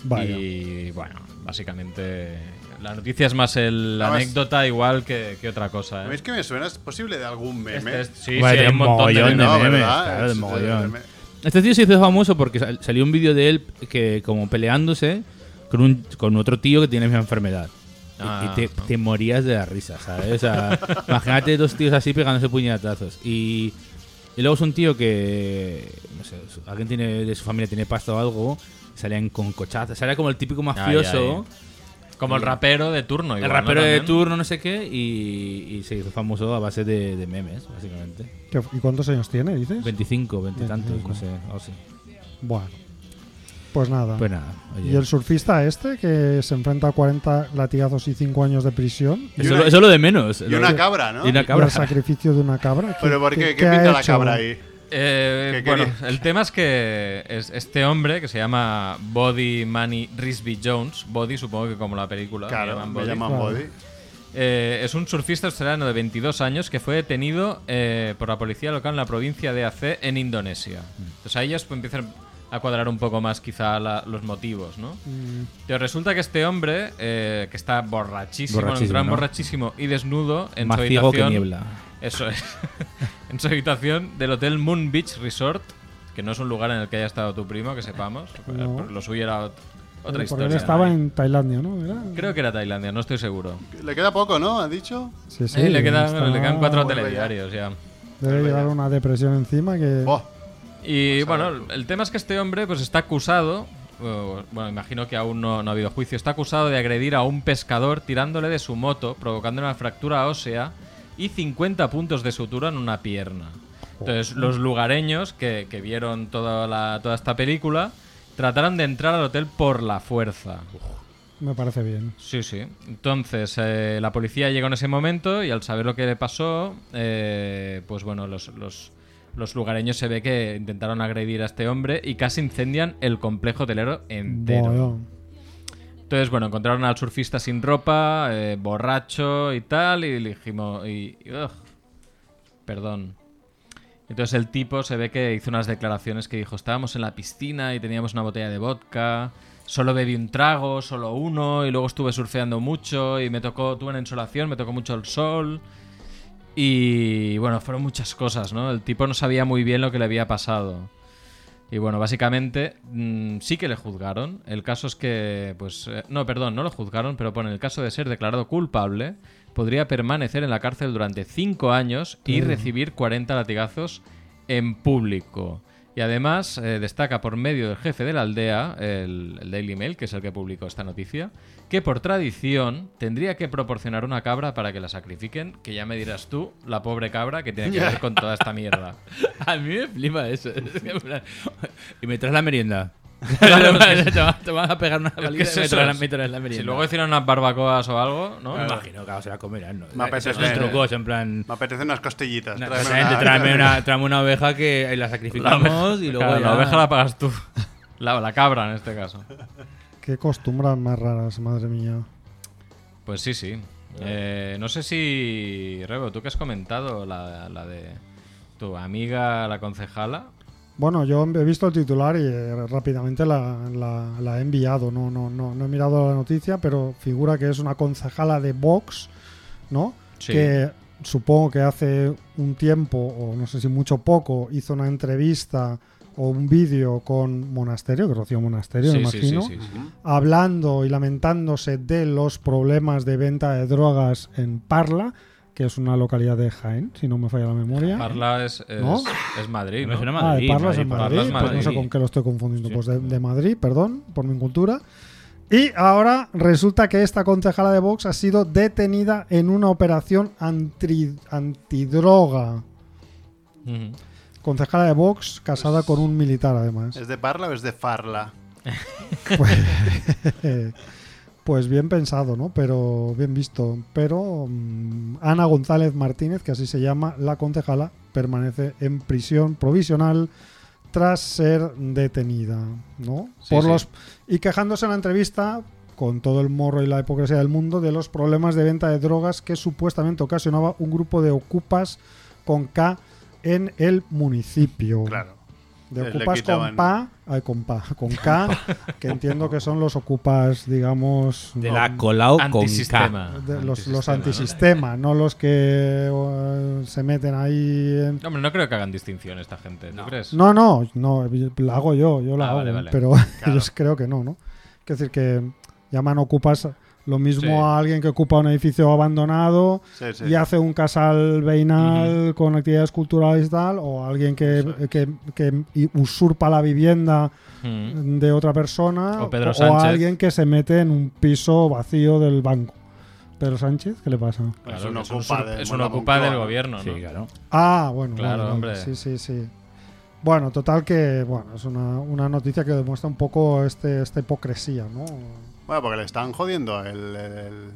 Speaker 1: Vaya.
Speaker 3: Y bueno, básicamente la noticia es más el- la
Speaker 2: Además-
Speaker 3: anécdota igual que, que otra cosa.
Speaker 2: A
Speaker 3: ¿eh?
Speaker 2: mí es que me suena, es posible de algún meme.
Speaker 3: Este es- sí,
Speaker 5: Guay,
Speaker 3: sí, hay
Speaker 5: tiene
Speaker 3: un montón de
Speaker 5: mogollón
Speaker 3: memes.
Speaker 2: No,
Speaker 5: memes,
Speaker 2: ¿verdad?
Speaker 5: claro, de
Speaker 2: Es- es-
Speaker 5: mogollón.
Speaker 2: es-
Speaker 5: Este tío se hizo famoso porque sal- salió un vídeo de él que como peleándose con, un, con otro tío que tiene la misma enfermedad. Y-
Speaker 3: Ah.
Speaker 5: y te, te morías de la risa, ¿sabes? O sea, imagínate dos tíos así pegándose puñetazos. Y, y luego es un tío que, no sé, su- alguien tiene, de su familia tiene pasta o algo, salían con cochazas, era como el típico mafioso.
Speaker 3: ay. Como el rapero de turno.
Speaker 5: El
Speaker 3: igual, ¿no?
Speaker 5: rapero de
Speaker 3: También.
Speaker 5: turno, no sé qué, y, y se hizo famoso a base de, de memes, básicamente.
Speaker 1: ¿Qué- ¿Y cuántos años tiene, dices?
Speaker 5: 25, 20 y tantos, no
Speaker 1: 25.
Speaker 5: sé, algo así.
Speaker 1: Bueno. Pues nada.
Speaker 5: Pues nada, oye.
Speaker 1: Y el surfista este, que se enfrenta a 40 latigazos y 5 años de prisión.
Speaker 5: Eso,
Speaker 2: Y
Speaker 5: lo-
Speaker 2: una-
Speaker 5: eso es lo de menos.
Speaker 2: Y una cabra, ¿no?
Speaker 5: Y una
Speaker 1: por
Speaker 5: cabra.
Speaker 1: el sacrificio de una cabra.
Speaker 2: Pero ¿por qué? ¿Qué,
Speaker 1: ha
Speaker 2: pinta la
Speaker 1: hecho?
Speaker 2: cabra ahí?
Speaker 3: Eh,
Speaker 2: Que
Speaker 3: bueno,
Speaker 2: quería-
Speaker 3: el tema es que es este hombre que se llama Body Manny Risby Jones, Body supongo que como la película, Ah,
Speaker 2: Claro,
Speaker 3: le llaman
Speaker 2: me
Speaker 3: Body.
Speaker 2: llaman
Speaker 1: Claro.
Speaker 2: body.
Speaker 3: Eh, es un surfista australiano de 22 años que fue detenido eh, por la policía local en la provincia de AC en Indonesia. Entonces ahí ya os empiezan a cuadrar un poco más quizá la- los motivos, ¿no?
Speaker 5: Mm.
Speaker 3: Pero resulta que este hombre, eh, que está borrachísimo,
Speaker 5: Borrachísimo,
Speaker 3: en un gran
Speaker 5: ¿no?
Speaker 3: borrachísimo y desnudo en
Speaker 5: Más
Speaker 3: su
Speaker 5: ciego
Speaker 3: habitación.
Speaker 5: que niebla.
Speaker 3: Eso es. en su habitación del hotel Moon Beach Resort, que no es un lugar en el que haya estado tu primo, que sepamos.
Speaker 1: No.
Speaker 3: porque Lo suyo era ot- otra
Speaker 1: Porque
Speaker 3: historia.
Speaker 1: él estaba en Tailandia, ¿no? ¿Era?
Speaker 3: Creo que era Tailandia, no estoy seguro.
Speaker 2: Le queda poco, ¿no? ¿Han dicho?
Speaker 1: Sí, sí.
Speaker 3: Eh, le, quedan,
Speaker 1: está-
Speaker 3: le quedan cuatro
Speaker 2: Vuelve ya.
Speaker 3: telediarios ya.
Speaker 1: Debe llevar una depresión encima que...
Speaker 2: Buah,
Speaker 1: Pues
Speaker 3: Y bueno, el tema es que este hombre pues está acusado, o- bueno, imagino que aún no, no ha habido juicio, está acusado de agredir a un pescador tirándole de su moto, provocando una fractura ósea y 50 puntos de sutura en una pierna. Entonces, los lugareños que, que vieron toda, la- toda esta película trataron de entrar al hotel por la fuerza.
Speaker 1: Me parece bien.
Speaker 3: Sí, sí. Entonces, eh, la policía llegó en ese momento y al saber lo que le pasó, eh, pues bueno, los, los- los lugareños se ve que intentaron agredir a este hombre y casi incendian el complejo hotelero entero.
Speaker 1: Bueno,
Speaker 3: Entonces, bueno, encontraron al surfista sin ropa, eh, borracho y tal, y dijimos... Y, y- ugh, perdón. Entonces el tipo se ve que hizo unas declaraciones que dijo, estábamos en la piscina y teníamos una botella de vodka, solo bebí un trago, solo uno, y luego estuve surfeando mucho y me tocó, tuve una insolación, me tocó mucho el sol. Y bueno, fueron muchas cosas, ¿no? El tipo no sabía muy bien lo que le había pasado. Y bueno, básicamente mm, sí que le juzgaron. El caso es que, pues, eh, no, perdón, no lo juzgaron, pero pone el caso de ser declarado culpable, podría permanecer en la cárcel durante 5 años y recibir 40 latigazos en público. Y además eh, destaca por medio del jefe de la aldea, el, el Daily Mail, que es el que publicó esta noticia, que por tradición tendría que proporcionar una cabra para que la sacrifiquen, que ya me dirás tú, la pobre cabra que tiene que ver con toda esta mierda.
Speaker 5: A mí me flipa eso. Es que en plan, y me traes la merienda. te, vas, te vas a pegar una
Speaker 3: Es
Speaker 5: paliza
Speaker 3: que es
Speaker 5: y me
Speaker 3: eso,
Speaker 5: traes, la,
Speaker 3: es-
Speaker 5: me traes la merienda.
Speaker 3: Si
Speaker 5: Ah,
Speaker 3: luego hicieron unas barbacoas o algo, ¿no?
Speaker 5: me imagino que se la comerán. ¿no?
Speaker 2: Me apetece.
Speaker 5: Esos son trucos, en plan...
Speaker 2: me apetecen unas costillitas.
Speaker 5: na-
Speaker 2: tráeme
Speaker 5: exactamente,
Speaker 2: una-
Speaker 5: tráeme una, tráeme una oveja que la sacrificamos y luego
Speaker 3: Claro,
Speaker 5: ya-
Speaker 3: la oveja la pagas tú. La, la cabra en este caso.
Speaker 1: qué costumbres más raras, madre mía.
Speaker 3: Pues sí, sí. Eh, no sé si, Rebo, tú que has comentado la, la de tu amiga, la concejala.
Speaker 1: Bueno, yo he visto el titular y eh, rápidamente la, la- la he enviado. No, no, no, no he mirado la noticia, pero figura que es una concejala de Vox, ¿no?
Speaker 3: Sí.
Speaker 1: Que supongo que hace un tiempo, o no sé si mucho poco, hizo una entrevista o un vídeo con Monasterio, que Rocío Monasterio, me
Speaker 3: sí, sí, sí,
Speaker 1: imagino,
Speaker 3: sí, sí.
Speaker 1: hablando y lamentándose de los problemas de venta de drogas en Parla, que es una localidad de Jaén, si no me falla la memoria.
Speaker 3: Parla es, es,
Speaker 1: ¿No?
Speaker 3: es Madrid,
Speaker 5: Me
Speaker 3: ¿no?
Speaker 5: suena
Speaker 1: Ah, de
Speaker 5: Madrid,
Speaker 1: Parlas
Speaker 5: Madrid,
Speaker 1: en
Speaker 3: Parlas,
Speaker 1: Madrid,
Speaker 5: Parlas,
Speaker 1: pues
Speaker 3: Madrid.
Speaker 1: no sé con qué lo estoy confundiendo.
Speaker 5: Sí.
Speaker 1: Pues de, de Madrid, perdón, por mi cultura. Y ahora resulta que esta concejala de Vox ha sido detenida en una operación antri- antidroga.
Speaker 3: Ujú.
Speaker 1: Concejala de Vox casada con un militar, además.
Speaker 2: ¿Es de parla o es de farla?
Speaker 1: Eh, pues bien pensado, ¿no? Pero bien visto. Pero mm, Ana González Martínez, que así se llama la concejala, permanece en prisión provisional tras ser detenida, ¿no?
Speaker 3: Sí,
Speaker 1: Por
Speaker 3: sí.
Speaker 1: los y quejándose en la entrevista con todo el morro y la hipocresía del mundo de los problemas de venta de drogas que supuestamente ocasionaba un grupo de ocupas con K en el municipio.
Speaker 2: Claro.
Speaker 1: De
Speaker 2: Le
Speaker 1: ocupas
Speaker 2: quitaban-
Speaker 1: con pa, ay, con pa, con K, que entiendo que son los ocupas, digamos,
Speaker 5: De
Speaker 1: no,
Speaker 5: la Colau con K.
Speaker 3: Antisistema.
Speaker 1: de los, los
Speaker 3: Antisistema,
Speaker 1: antisistema, no los que eh, se meten ahí en...
Speaker 3: ¿no? Hombre, no creo que hagan distinción esta gente, ¿tú crees?
Speaker 1: No, no, no, la hago yo, yo la
Speaker 3: Ah,
Speaker 1: hago,
Speaker 3: vale, vale.
Speaker 1: pero ellos creo que no, ¿no? Es decir, que llaman ocupas lo mismo
Speaker 3: Sí.
Speaker 1: a alguien que ocupa un edificio abandonado
Speaker 2: Sí, sí.
Speaker 1: y hace un casal veinal con actividades culturales y tal, o alguien que, que- que i- usurpa la vivienda
Speaker 3: Mm.
Speaker 1: de otra persona,
Speaker 3: O Pedro Sánchez.
Speaker 1: alguien que se mete en un piso vacío del banco. Pedro Sánchez, ¿qué le pasa?
Speaker 3: Claro,
Speaker 2: es un
Speaker 3: que es un
Speaker 2: ocupa,
Speaker 3: sur-
Speaker 2: de
Speaker 3: es un
Speaker 2: la
Speaker 3: ocupa
Speaker 2: Moncloa,
Speaker 3: del
Speaker 2: ¿no?
Speaker 3: gobierno, ¿no?
Speaker 5: Sí, claro.
Speaker 1: Ah, bueno,
Speaker 3: Claro,
Speaker 1: vale, vale.
Speaker 3: hombre.
Speaker 1: Sí, sí, sí. Bueno, total que bueno, es una, una noticia que demuestra un poco este, esta hipocresía, ¿no?
Speaker 2: Bueno, porque le están jodiendo el, el-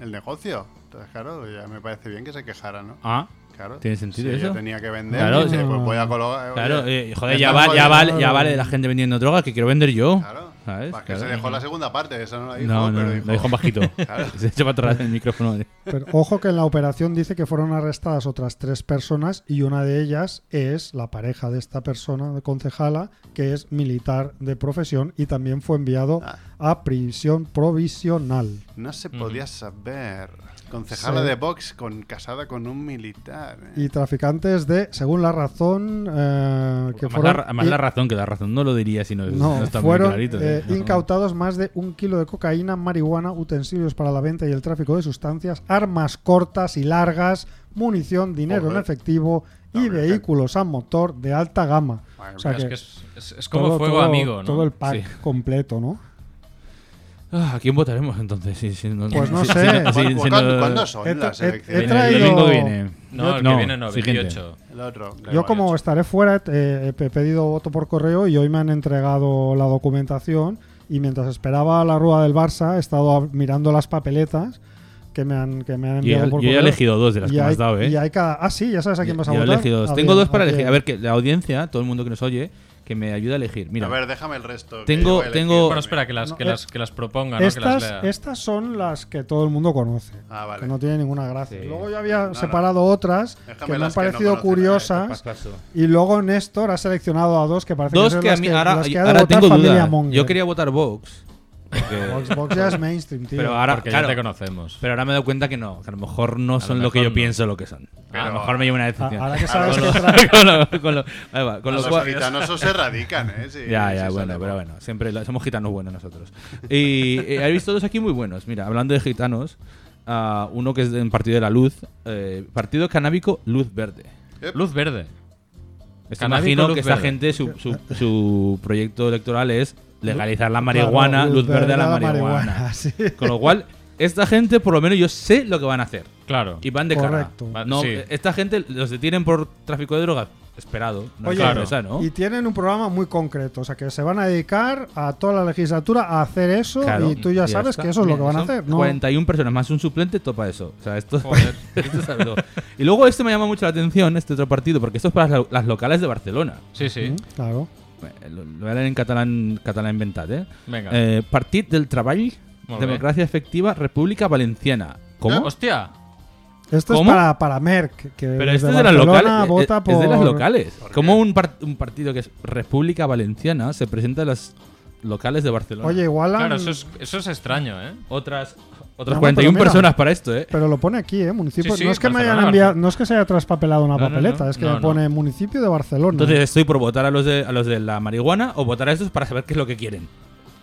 Speaker 2: el negocio. Entonces, claro, ya me parece bien que se quejara, ¿no?
Speaker 5: Ah,
Speaker 2: Claro.
Speaker 5: ¿Tiene sentido
Speaker 2: Si
Speaker 5: eso?
Speaker 2: ella tenía que vender.
Speaker 5: Claro,
Speaker 2: y se-
Speaker 1: sí.
Speaker 2: pues voy a colocar.
Speaker 5: claro.
Speaker 2: oye,
Speaker 5: eh, joder,
Speaker 2: me
Speaker 5: ya,
Speaker 2: están
Speaker 5: va- ya,
Speaker 2: jodiendo.
Speaker 5: vale, ya vale la gente vendiendo droga que quiero vender yo.
Speaker 2: Claro.
Speaker 5: ¿Sabes?
Speaker 2: ¿Para qué
Speaker 5: Claro.
Speaker 2: se dejó la segunda parte? Eso no la dijo.
Speaker 5: No, no,
Speaker 2: pero
Speaker 5: no, lo dijo en bajito.
Speaker 2: Claro.
Speaker 5: Se echa para atrás el micrófono.
Speaker 1: Pero ojo que en la operación dice que fueron arrestadas otras tres personas y una de ellas es la pareja de esta persona, de concejala, que es militar de profesión y también fue enviado
Speaker 2: Ah.
Speaker 1: a prisión provisional.
Speaker 2: No se
Speaker 5: Mm.
Speaker 3: Ujú.
Speaker 2: podía saber. Concejala
Speaker 1: Sí.
Speaker 2: de Vox con, casada con un militar. ¿eh?
Speaker 1: Y traficantes de, según la razón, eh, que
Speaker 5: Más,
Speaker 1: fueron...
Speaker 5: la, más
Speaker 1: y-
Speaker 5: la razón que la razón. No lo diría si no,
Speaker 1: No,
Speaker 5: no está
Speaker 1: fueron
Speaker 5: muy clarito.
Speaker 1: eh,
Speaker 5: No.
Speaker 1: incautados más de un kilo de cocaína, marihuana, utensilios para la venta y el tráfico de sustancias, armas cortas y largas, munición, dinero en
Speaker 2: Joder.
Speaker 1: efectivo y
Speaker 2: No, hombre,
Speaker 1: vehículos a motor de alta gama.
Speaker 2: Madre
Speaker 1: O sea
Speaker 2: mía,
Speaker 3: Es
Speaker 1: que
Speaker 3: que es, es- es como
Speaker 1: todo-
Speaker 3: fuego
Speaker 1: todo-
Speaker 3: amigo, ¿no?
Speaker 1: Todo el pack
Speaker 5: Sí.
Speaker 1: completo, ¿no?
Speaker 5: Ah, ¿A quién votaremos entonces? Sí, sí,
Speaker 1: Pues no
Speaker 5: sí,
Speaker 1: sé.
Speaker 5: sí, sí,
Speaker 2: Ah, ¿Cu-
Speaker 5: sí,
Speaker 2: ¿Cuándo,
Speaker 5: no-
Speaker 2: cuándo son
Speaker 1: He tra-
Speaker 2: las
Speaker 1: he- he
Speaker 2: elecciones?
Speaker 1: He
Speaker 5: Viene, el
Speaker 1: traído-
Speaker 5: domingo viene.
Speaker 3: No, el que viene no,
Speaker 5: siguiente.
Speaker 3: 28.
Speaker 2: El otro. da
Speaker 1: Yo
Speaker 2: igual,
Speaker 1: como
Speaker 2: ocho.
Speaker 1: estaré fuera, eh, he pedido voto por correo y hoy me han entregado la documentación y mientras esperaba la rueda del Barça he estado a- mirando las papeletas que me han, que me han
Speaker 5: Y he-
Speaker 1: enviado
Speaker 5: Yo
Speaker 1: por
Speaker 5: ya he
Speaker 1: correo.
Speaker 5: elegido dos de las
Speaker 1: Y
Speaker 5: que me
Speaker 1: hay-
Speaker 5: has dado, ¿eh?
Speaker 1: y hay cada- Ah, sí, ya sabes a quién vas a
Speaker 5: Ya- ya
Speaker 1: votar.
Speaker 5: he elegido dos.
Speaker 1: Ah,
Speaker 5: Tengo
Speaker 1: bien,
Speaker 5: dos para
Speaker 1: ah,
Speaker 5: elegir.
Speaker 1: bien.
Speaker 5: A ver, que la audiencia, todo el mundo que nos oye, que me ayuda a elegir. Mira,
Speaker 2: A ver, déjame el resto. que
Speaker 5: Tengo-
Speaker 2: yo voy a elegir.
Speaker 5: tengo-
Speaker 3: Bueno, espera, que las,
Speaker 1: No,
Speaker 3: que
Speaker 1: eh,
Speaker 3: las, que las proponga, ¿no? que las
Speaker 1: Estas,
Speaker 3: lea.
Speaker 1: estas son las que todo el mundo conoce.
Speaker 2: Ah, vale.
Speaker 1: Que no tiene ninguna gracia.
Speaker 5: Sí.
Speaker 1: Luego yo había
Speaker 2: no.
Speaker 1: separado otras
Speaker 2: Déjame
Speaker 1: que me han
Speaker 2: las que no
Speaker 1: parecido
Speaker 2: conocen,
Speaker 5: eh,
Speaker 1: curiosas. y luego Néstor ha seleccionado a dos que parecen
Speaker 5: dos
Speaker 1: ser
Speaker 5: que a
Speaker 1: las
Speaker 5: mí
Speaker 1: que,
Speaker 5: ahora,
Speaker 1: las que ha de
Speaker 5: ahora
Speaker 1: votar
Speaker 5: tengo
Speaker 1: Familia
Speaker 5: dudas.
Speaker 1: Monger.
Speaker 5: Yo quería votar Vox. porque-
Speaker 1: Vox, Vox ya es mainstream, tío.
Speaker 5: Eh, pero ahora,
Speaker 3: porque
Speaker 5: claro,
Speaker 3: ya te conocemos.
Speaker 5: pero ahora me he dado cuenta que no, que a lo mejor no son lo,
Speaker 3: mejor
Speaker 5: que yo
Speaker 3: no.
Speaker 5: pienso lo que son. a
Speaker 2: Pero-
Speaker 5: lo mejor me llevo una decepción.
Speaker 1: A- ahora que sabes
Speaker 5: con
Speaker 1: que
Speaker 5: lo, con lo- con lo- ahí va, con
Speaker 2: A
Speaker 5: lo
Speaker 2: los
Speaker 5: cual-
Speaker 2: gitanosos se radican, ¿eh? Sí,
Speaker 5: Ya,
Speaker 2: sí,
Speaker 5: ya,
Speaker 2: sí,
Speaker 5: bueno,
Speaker 2: sale.
Speaker 5: pero bueno, siempre lo- somos gitanos buenos nosotros. Y eh, he visto dos aquí muy buenos. Mira, hablando de gitanos, ah, uno que es del Partido de la Luz, eh, Partido Canábico Luz Verde.
Speaker 2: Ep,
Speaker 3: Luz verde.
Speaker 5: Pues
Speaker 3: Canábico
Speaker 5: imagino
Speaker 3: Luz
Speaker 5: que esta
Speaker 3: Verde.
Speaker 5: gente, su, su, su proyecto electoral es legalizar la marihuana,
Speaker 1: Claro,
Speaker 5: luz verde a la marihuana.
Speaker 1: sí.
Speaker 5: Con lo cual, esta gente, por lo menos yo sé lo que van a hacer.
Speaker 3: Claro.
Speaker 5: Y van de
Speaker 1: Correcto.
Speaker 5: cara.
Speaker 3: Va-
Speaker 5: No,
Speaker 3: sí.
Speaker 5: eh, Esta gente los detienen por tráfico de drogas. Esperado. No
Speaker 1: Oye,
Speaker 5: es
Speaker 3: claro.
Speaker 5: sorpresa, ¿no?
Speaker 1: Y tienen un programa muy concreto, o sea que se van a dedicar a toda la legislatura a hacer eso
Speaker 5: Claro,
Speaker 1: y tú ya, sabes
Speaker 5: está.
Speaker 1: que eso es lo
Speaker 5: Mira,
Speaker 1: que van a
Speaker 5: son
Speaker 1: hacer, ¿no?
Speaker 5: 41 personas más un suplente topa eso. O sea, esto,
Speaker 3: Joder.
Speaker 5: esto es algo. Y luego este me llama mucho la atención, este otro partido, porque esto es para las lo- las locales de Barcelona.
Speaker 3: Sí, sí.
Speaker 1: Mm, Claro.
Speaker 5: Eh, Lo, lo voy a leer en catalán, catalán inventat, ¿eh?
Speaker 3: Venga.
Speaker 5: eh Partit del Treball,
Speaker 3: Molt bé. Ah,
Speaker 5: Democracia Efectiva, República Valenciana. ¿Cómo?
Speaker 3: Hostia.
Speaker 1: Esto
Speaker 5: ¿Cómo?
Speaker 1: es para, para Merck, que
Speaker 5: Pero
Speaker 1: desde
Speaker 5: este es de las
Speaker 1: Barcelona
Speaker 5: locales. eh,
Speaker 1: vota
Speaker 5: Es de las
Speaker 1: por-
Speaker 5: locales. ¿Cómo un, par- un partido que es República Valenciana se presenta a las locales de Barcelona?
Speaker 1: Oye, igual han-
Speaker 3: Claro, eso es, eso es extraño, ¿eh?
Speaker 5: otras, otras
Speaker 1: No, pero
Speaker 5: 41
Speaker 1: mira.
Speaker 5: personas para esto, ¿eh?
Speaker 1: Pero lo pone aquí, ¿eh? Municipio.
Speaker 3: Sí, sí,
Speaker 1: no, es que me
Speaker 3: Barcelona,
Speaker 1: hayan enviado,
Speaker 3: Barcelona.
Speaker 1: no es que se haya traspapelado una
Speaker 5: No, no,
Speaker 1: papeleta,
Speaker 5: no.
Speaker 1: es que
Speaker 3: No,
Speaker 1: me
Speaker 3: no.
Speaker 1: pone municipio de Barcelona.
Speaker 5: Entonces estoy por votar a los de a los de la marihuana o votar a estos para saber qué es lo que quieren.